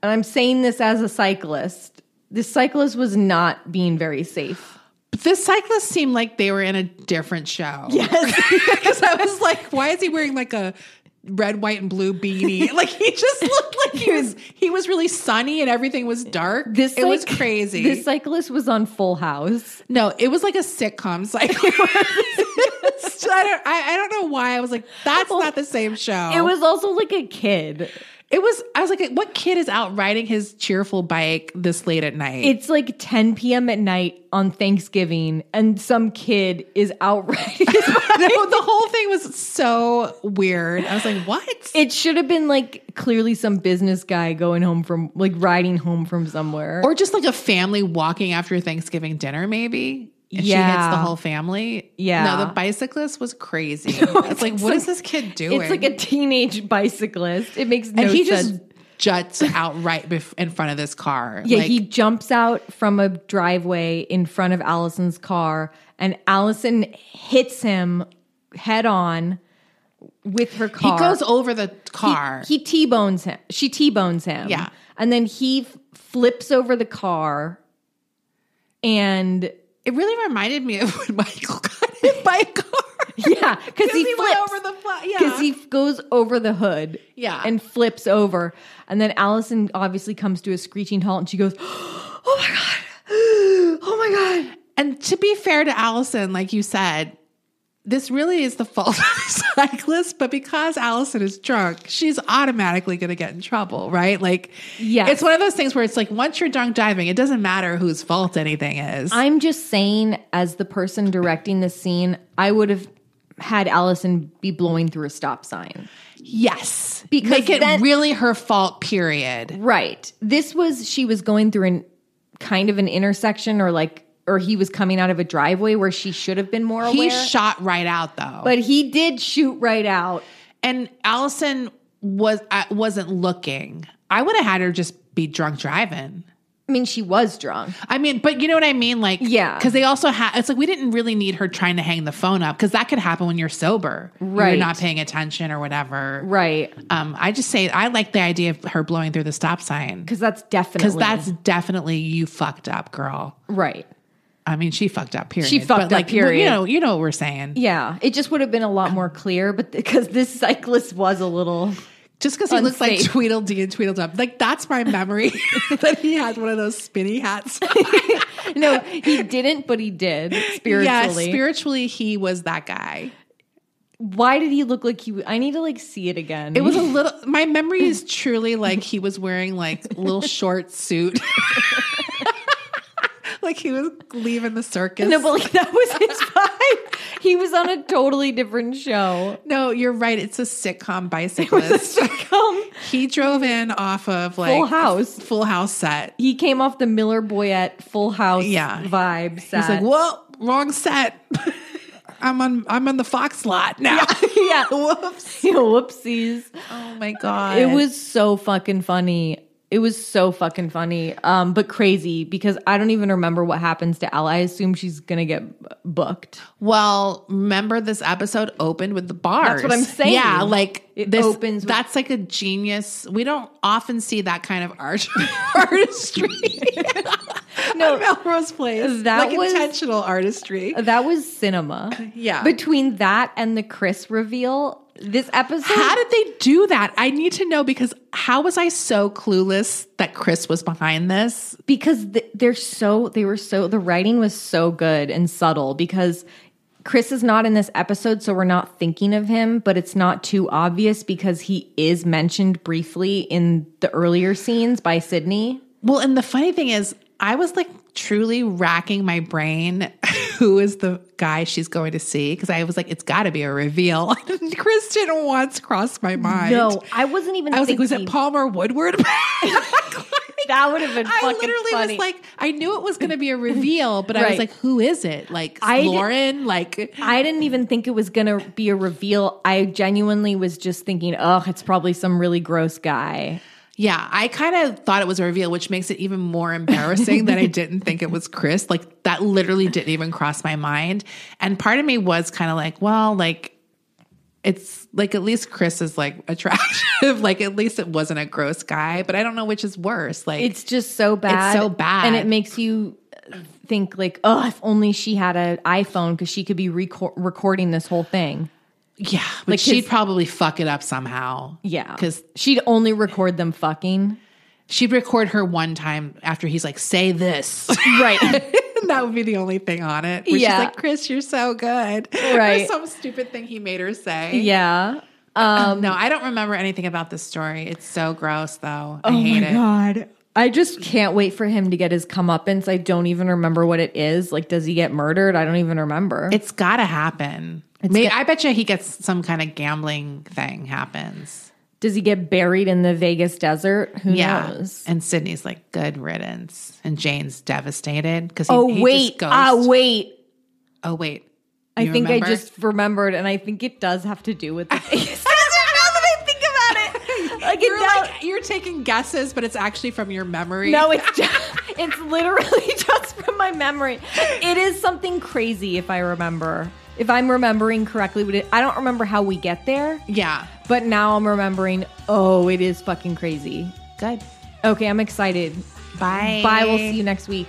[SPEAKER 2] and I'm saying this as a cyclist, this cyclist was not being very safe.
[SPEAKER 3] But this cyclist seemed like they were in a different show. *laughs*
[SPEAKER 2] Yes.
[SPEAKER 3] Because I was like, why is he wearing like a red, white, and
[SPEAKER 2] *laughs*
[SPEAKER 3] blue beanie? Like he just looked like he was he was really sunny and everything was dark.
[SPEAKER 2] This
[SPEAKER 3] it was
[SPEAKER 2] cyc-
[SPEAKER 3] crazy.
[SPEAKER 2] This cyclist was on Full House.
[SPEAKER 3] no, it was like a sitcom cycle.
[SPEAKER 2] *laughs*
[SPEAKER 3] I don't I, I don't know why I was like, that's not the same show.
[SPEAKER 2] It was also like a kid.
[SPEAKER 3] it was I was like, what kid is out riding his cheerful bike this late at night?
[SPEAKER 2] It's like 10 p.m. at night on Thanksgiving, and some kid is *laughs* outright.
[SPEAKER 3] no, *laughs* the whole thing was so weird. I was like, what?
[SPEAKER 2] It should have been like clearly some business guy going home from like riding home from somewhere.
[SPEAKER 3] or just like a family walking after Thanksgiving dinner, maybe. And she hits
[SPEAKER 2] Yeah.
[SPEAKER 3] the whole family.
[SPEAKER 2] Yeah.
[SPEAKER 3] No, the bicyclist
[SPEAKER 2] *laughs*
[SPEAKER 3] was crazy. it's like, what is this kid doing?
[SPEAKER 2] it's like a teenage *laughs* bicyclist. It makes no
[SPEAKER 3] and he
[SPEAKER 2] sense.
[SPEAKER 3] just juts out right bef- in front of this car.
[SPEAKER 2] yeah,
[SPEAKER 3] Like,
[SPEAKER 2] he jumps out from a driveway in front of Allison's car, and Allison hits him head on with her
[SPEAKER 3] he
[SPEAKER 2] car.
[SPEAKER 3] goes over the
[SPEAKER 2] He-
[SPEAKER 3] car.
[SPEAKER 2] He t bones him. She t bones him.
[SPEAKER 3] Yeah.
[SPEAKER 2] and then he f- flips over the car, and
[SPEAKER 3] it really reminded me of *laughs* when Michael got hit by a car.
[SPEAKER 2] yeah, because he,
[SPEAKER 3] he went
[SPEAKER 2] flips
[SPEAKER 3] over the fla- yeah.
[SPEAKER 2] because he f- goes over the hood.
[SPEAKER 3] Yeah.
[SPEAKER 2] and flips over, and then Allison obviously comes to a screeching halt, and she goes, *gasps* "Oh my god, *gasps* oh my god."
[SPEAKER 3] And to be fair to Allison, like you said, this really is the fault *laughs* of the cyclist, but because Allison is drunk, she's automatically going to get in trouble, right? Like,
[SPEAKER 2] Yes.
[SPEAKER 3] it's one of those things where it's like once you're drunk diving, it doesn't matter whose fault anything is.
[SPEAKER 2] I'm just saying, as the person directing the scene, I would have had Allison be blowing through a stop sign.
[SPEAKER 3] yes,
[SPEAKER 2] Because
[SPEAKER 3] make it
[SPEAKER 2] then-
[SPEAKER 3] really her fault. Period.
[SPEAKER 2] Right. This was she was going through an kind of an intersection or like or he was coming out of a driveway where she should have been more
[SPEAKER 3] He
[SPEAKER 2] aware.
[SPEAKER 3] shot right out though,
[SPEAKER 2] but he did shoot right out.
[SPEAKER 3] and Allison was I wasn't looking. I would have had her just be drunk driving.
[SPEAKER 2] I mean, she was drunk.
[SPEAKER 3] I mean, but you know what I mean? Like,
[SPEAKER 2] Yeah.
[SPEAKER 3] Because they also had, it's like we didn't really need her trying to hang the phone up because that could happen when you're sober. You're
[SPEAKER 2] Right.
[SPEAKER 3] not paying attention or whatever.
[SPEAKER 2] Right.
[SPEAKER 3] Um, I just say, I like the idea of her blowing through the stop sign
[SPEAKER 2] Cuz that's definitely
[SPEAKER 3] because that's definitely you fucked up, girl.
[SPEAKER 2] right.
[SPEAKER 3] I mean, she fucked up, period.
[SPEAKER 2] She fucked up, period.
[SPEAKER 3] You know, you know what we're saying.
[SPEAKER 2] Yeah, it just would have been a lot more clear, but because this cyclist was a little
[SPEAKER 3] Just because he looks like
[SPEAKER 2] Unsafe.
[SPEAKER 3] Tweedledee and Tweedledum. Like, that's my
[SPEAKER 2] *laughs*
[SPEAKER 3] memory *laughs* that he had one of those spinny hats.
[SPEAKER 2] *laughs* no, *laughs* he didn't, but he did
[SPEAKER 3] yeah,
[SPEAKER 2] spiritually.
[SPEAKER 3] spiritually, he was that guy.
[SPEAKER 2] Why did he look like he? w- I need to like see it again.
[SPEAKER 3] It was a little. My memory is truly like he was wearing like
[SPEAKER 2] *laughs*
[SPEAKER 3] a little short suit, *laughs* like he was leaving the
[SPEAKER 2] *laughs*
[SPEAKER 3] circus.
[SPEAKER 2] no, but like that was *laughs* his vibe. he was on a totally different show. *laughs*
[SPEAKER 3] No, you're right. It's a sitcom bicyclist.
[SPEAKER 2] Um,
[SPEAKER 3] he drove in off of like
[SPEAKER 2] Full House.
[SPEAKER 3] a Full House set.
[SPEAKER 2] he came off the Miller Boyette Full House
[SPEAKER 3] Yeah.
[SPEAKER 2] vibe. Set.
[SPEAKER 3] He's like, "Whoa, wrong set. *laughs* I'm on. I'm on the Fox lot now."
[SPEAKER 2] *laughs* yeah,
[SPEAKER 3] *laughs*
[SPEAKER 2] *laughs*
[SPEAKER 3] Whoops.
[SPEAKER 2] whoopsies.
[SPEAKER 3] Oh my god.
[SPEAKER 2] It was so fucking funny. It was so fucking funny, um, but crazy because I don't even remember what happens to Al. I assume she's gonna get b- booked.
[SPEAKER 3] Well, remember this episode opened with the bars.
[SPEAKER 2] That's what I'm saying.
[SPEAKER 3] Yeah, like
[SPEAKER 2] It
[SPEAKER 3] this
[SPEAKER 2] opens with-
[SPEAKER 3] that's like a genius. We don't often see that kind of art *laughs* artistry.
[SPEAKER 2] *laughs* No.
[SPEAKER 3] no, Melrose Place.
[SPEAKER 2] That
[SPEAKER 3] like
[SPEAKER 2] was-
[SPEAKER 3] intentional artistry.
[SPEAKER 2] That was cinema.
[SPEAKER 3] Yeah.
[SPEAKER 2] Between that and the Chris reveal, this episode.
[SPEAKER 3] How did they do that? I need to know because how was I so clueless that Chris was behind this?
[SPEAKER 2] because th- they're so they were so the writing was so good and subtle because Chris is not in this episode so we're not thinking of him but it's not too obvious because he is mentioned briefly in the earlier scenes by Sydney.
[SPEAKER 3] Well, and the funny thing is, I was like truly racking my brain *laughs* who is the guy she's going to see because I was like, it's got to be a reveal. *laughs* Chris didn't once cross my mind.
[SPEAKER 2] No, I wasn't even
[SPEAKER 3] I was like,
[SPEAKER 2] thinking
[SPEAKER 3] was it Palmer Woodward? *laughs*
[SPEAKER 2] that would have been
[SPEAKER 3] I
[SPEAKER 2] fucking
[SPEAKER 3] literally
[SPEAKER 2] funny.
[SPEAKER 3] was like, I knew it was going to be a reveal, but I
[SPEAKER 2] Right.
[SPEAKER 3] was like, who is it? Like
[SPEAKER 2] I did-
[SPEAKER 3] Lauren? Like
[SPEAKER 2] I didn't even think it was going to be a reveal. I genuinely was just thinking, "Oh, it's probably some really gross guy."
[SPEAKER 3] Yeah, I kind of thought it was a reveal, which makes it even more embarrassing
[SPEAKER 2] *laughs*
[SPEAKER 3] that I didn't think it was Chris. Like that literally didn't even cross my mind. And part of me was kind of like, well, like it's like at least Chris is like *laughs* attractive. like at least it wasn't a gross guy, but I don't know which is worse. Like
[SPEAKER 2] It's just so bad.
[SPEAKER 3] so bad.
[SPEAKER 2] And it makes you think like, oh, if only she had an iPhone because she could be recor- recording this whole thing.
[SPEAKER 3] yeah, but
[SPEAKER 2] like
[SPEAKER 3] she'd
[SPEAKER 2] his-
[SPEAKER 3] probably fuck it up somehow.
[SPEAKER 2] Yeah.
[SPEAKER 3] Cuz
[SPEAKER 2] she'd only record them fucking.
[SPEAKER 3] she'd record her one time after he's like
[SPEAKER 2] *laughs*
[SPEAKER 3] say this. *laughs*
[SPEAKER 2] Right.
[SPEAKER 3] that would be the only thing on it. Where
[SPEAKER 2] Yeah.
[SPEAKER 3] She's like, Chris, you're so good. *laughs*
[SPEAKER 2] Right.
[SPEAKER 3] Or some stupid thing he made her say.
[SPEAKER 2] yeah. Um,
[SPEAKER 3] no, I don't remember anything about this story. It's so gross, though.
[SPEAKER 2] Oh
[SPEAKER 3] I hate it.
[SPEAKER 5] Oh God.
[SPEAKER 2] I just can't wait for him to get his comeuppance. I don't even remember what it is. Like, does he get murdered? I don't even remember.
[SPEAKER 3] It's got to happen. May I bet you he gets some kind of gambling thing happens.
[SPEAKER 2] does he get buried in the Vegas desert? Who
[SPEAKER 3] Yeah.
[SPEAKER 2] knows?
[SPEAKER 3] And Sydney's like, good riddance. And Jane's devastated because he,
[SPEAKER 2] Oh
[SPEAKER 3] he
[SPEAKER 2] wait!
[SPEAKER 3] just goes-
[SPEAKER 2] Ah wait!
[SPEAKER 3] oh, wait.
[SPEAKER 2] I
[SPEAKER 3] You
[SPEAKER 2] think
[SPEAKER 3] remember?
[SPEAKER 2] I just remembered, and I think it does have to do with
[SPEAKER 3] *laughs*
[SPEAKER 2] the Vegas. *laughs* Like, it
[SPEAKER 3] you're,
[SPEAKER 2] does-
[SPEAKER 3] like, you're taking guesses, but it's actually from your memory.
[SPEAKER 2] No, it's just, *laughs* it's literally just from my memory. It is something crazy if I remember. If I'm remembering correctly, but it, I don't remember how we get there.
[SPEAKER 3] Yeah.
[SPEAKER 2] But now I'm remembering. Oh, it is fucking crazy.
[SPEAKER 3] Good.
[SPEAKER 2] Okay, I'm excited.
[SPEAKER 3] Bye.
[SPEAKER 2] Bye. We'll see you next week.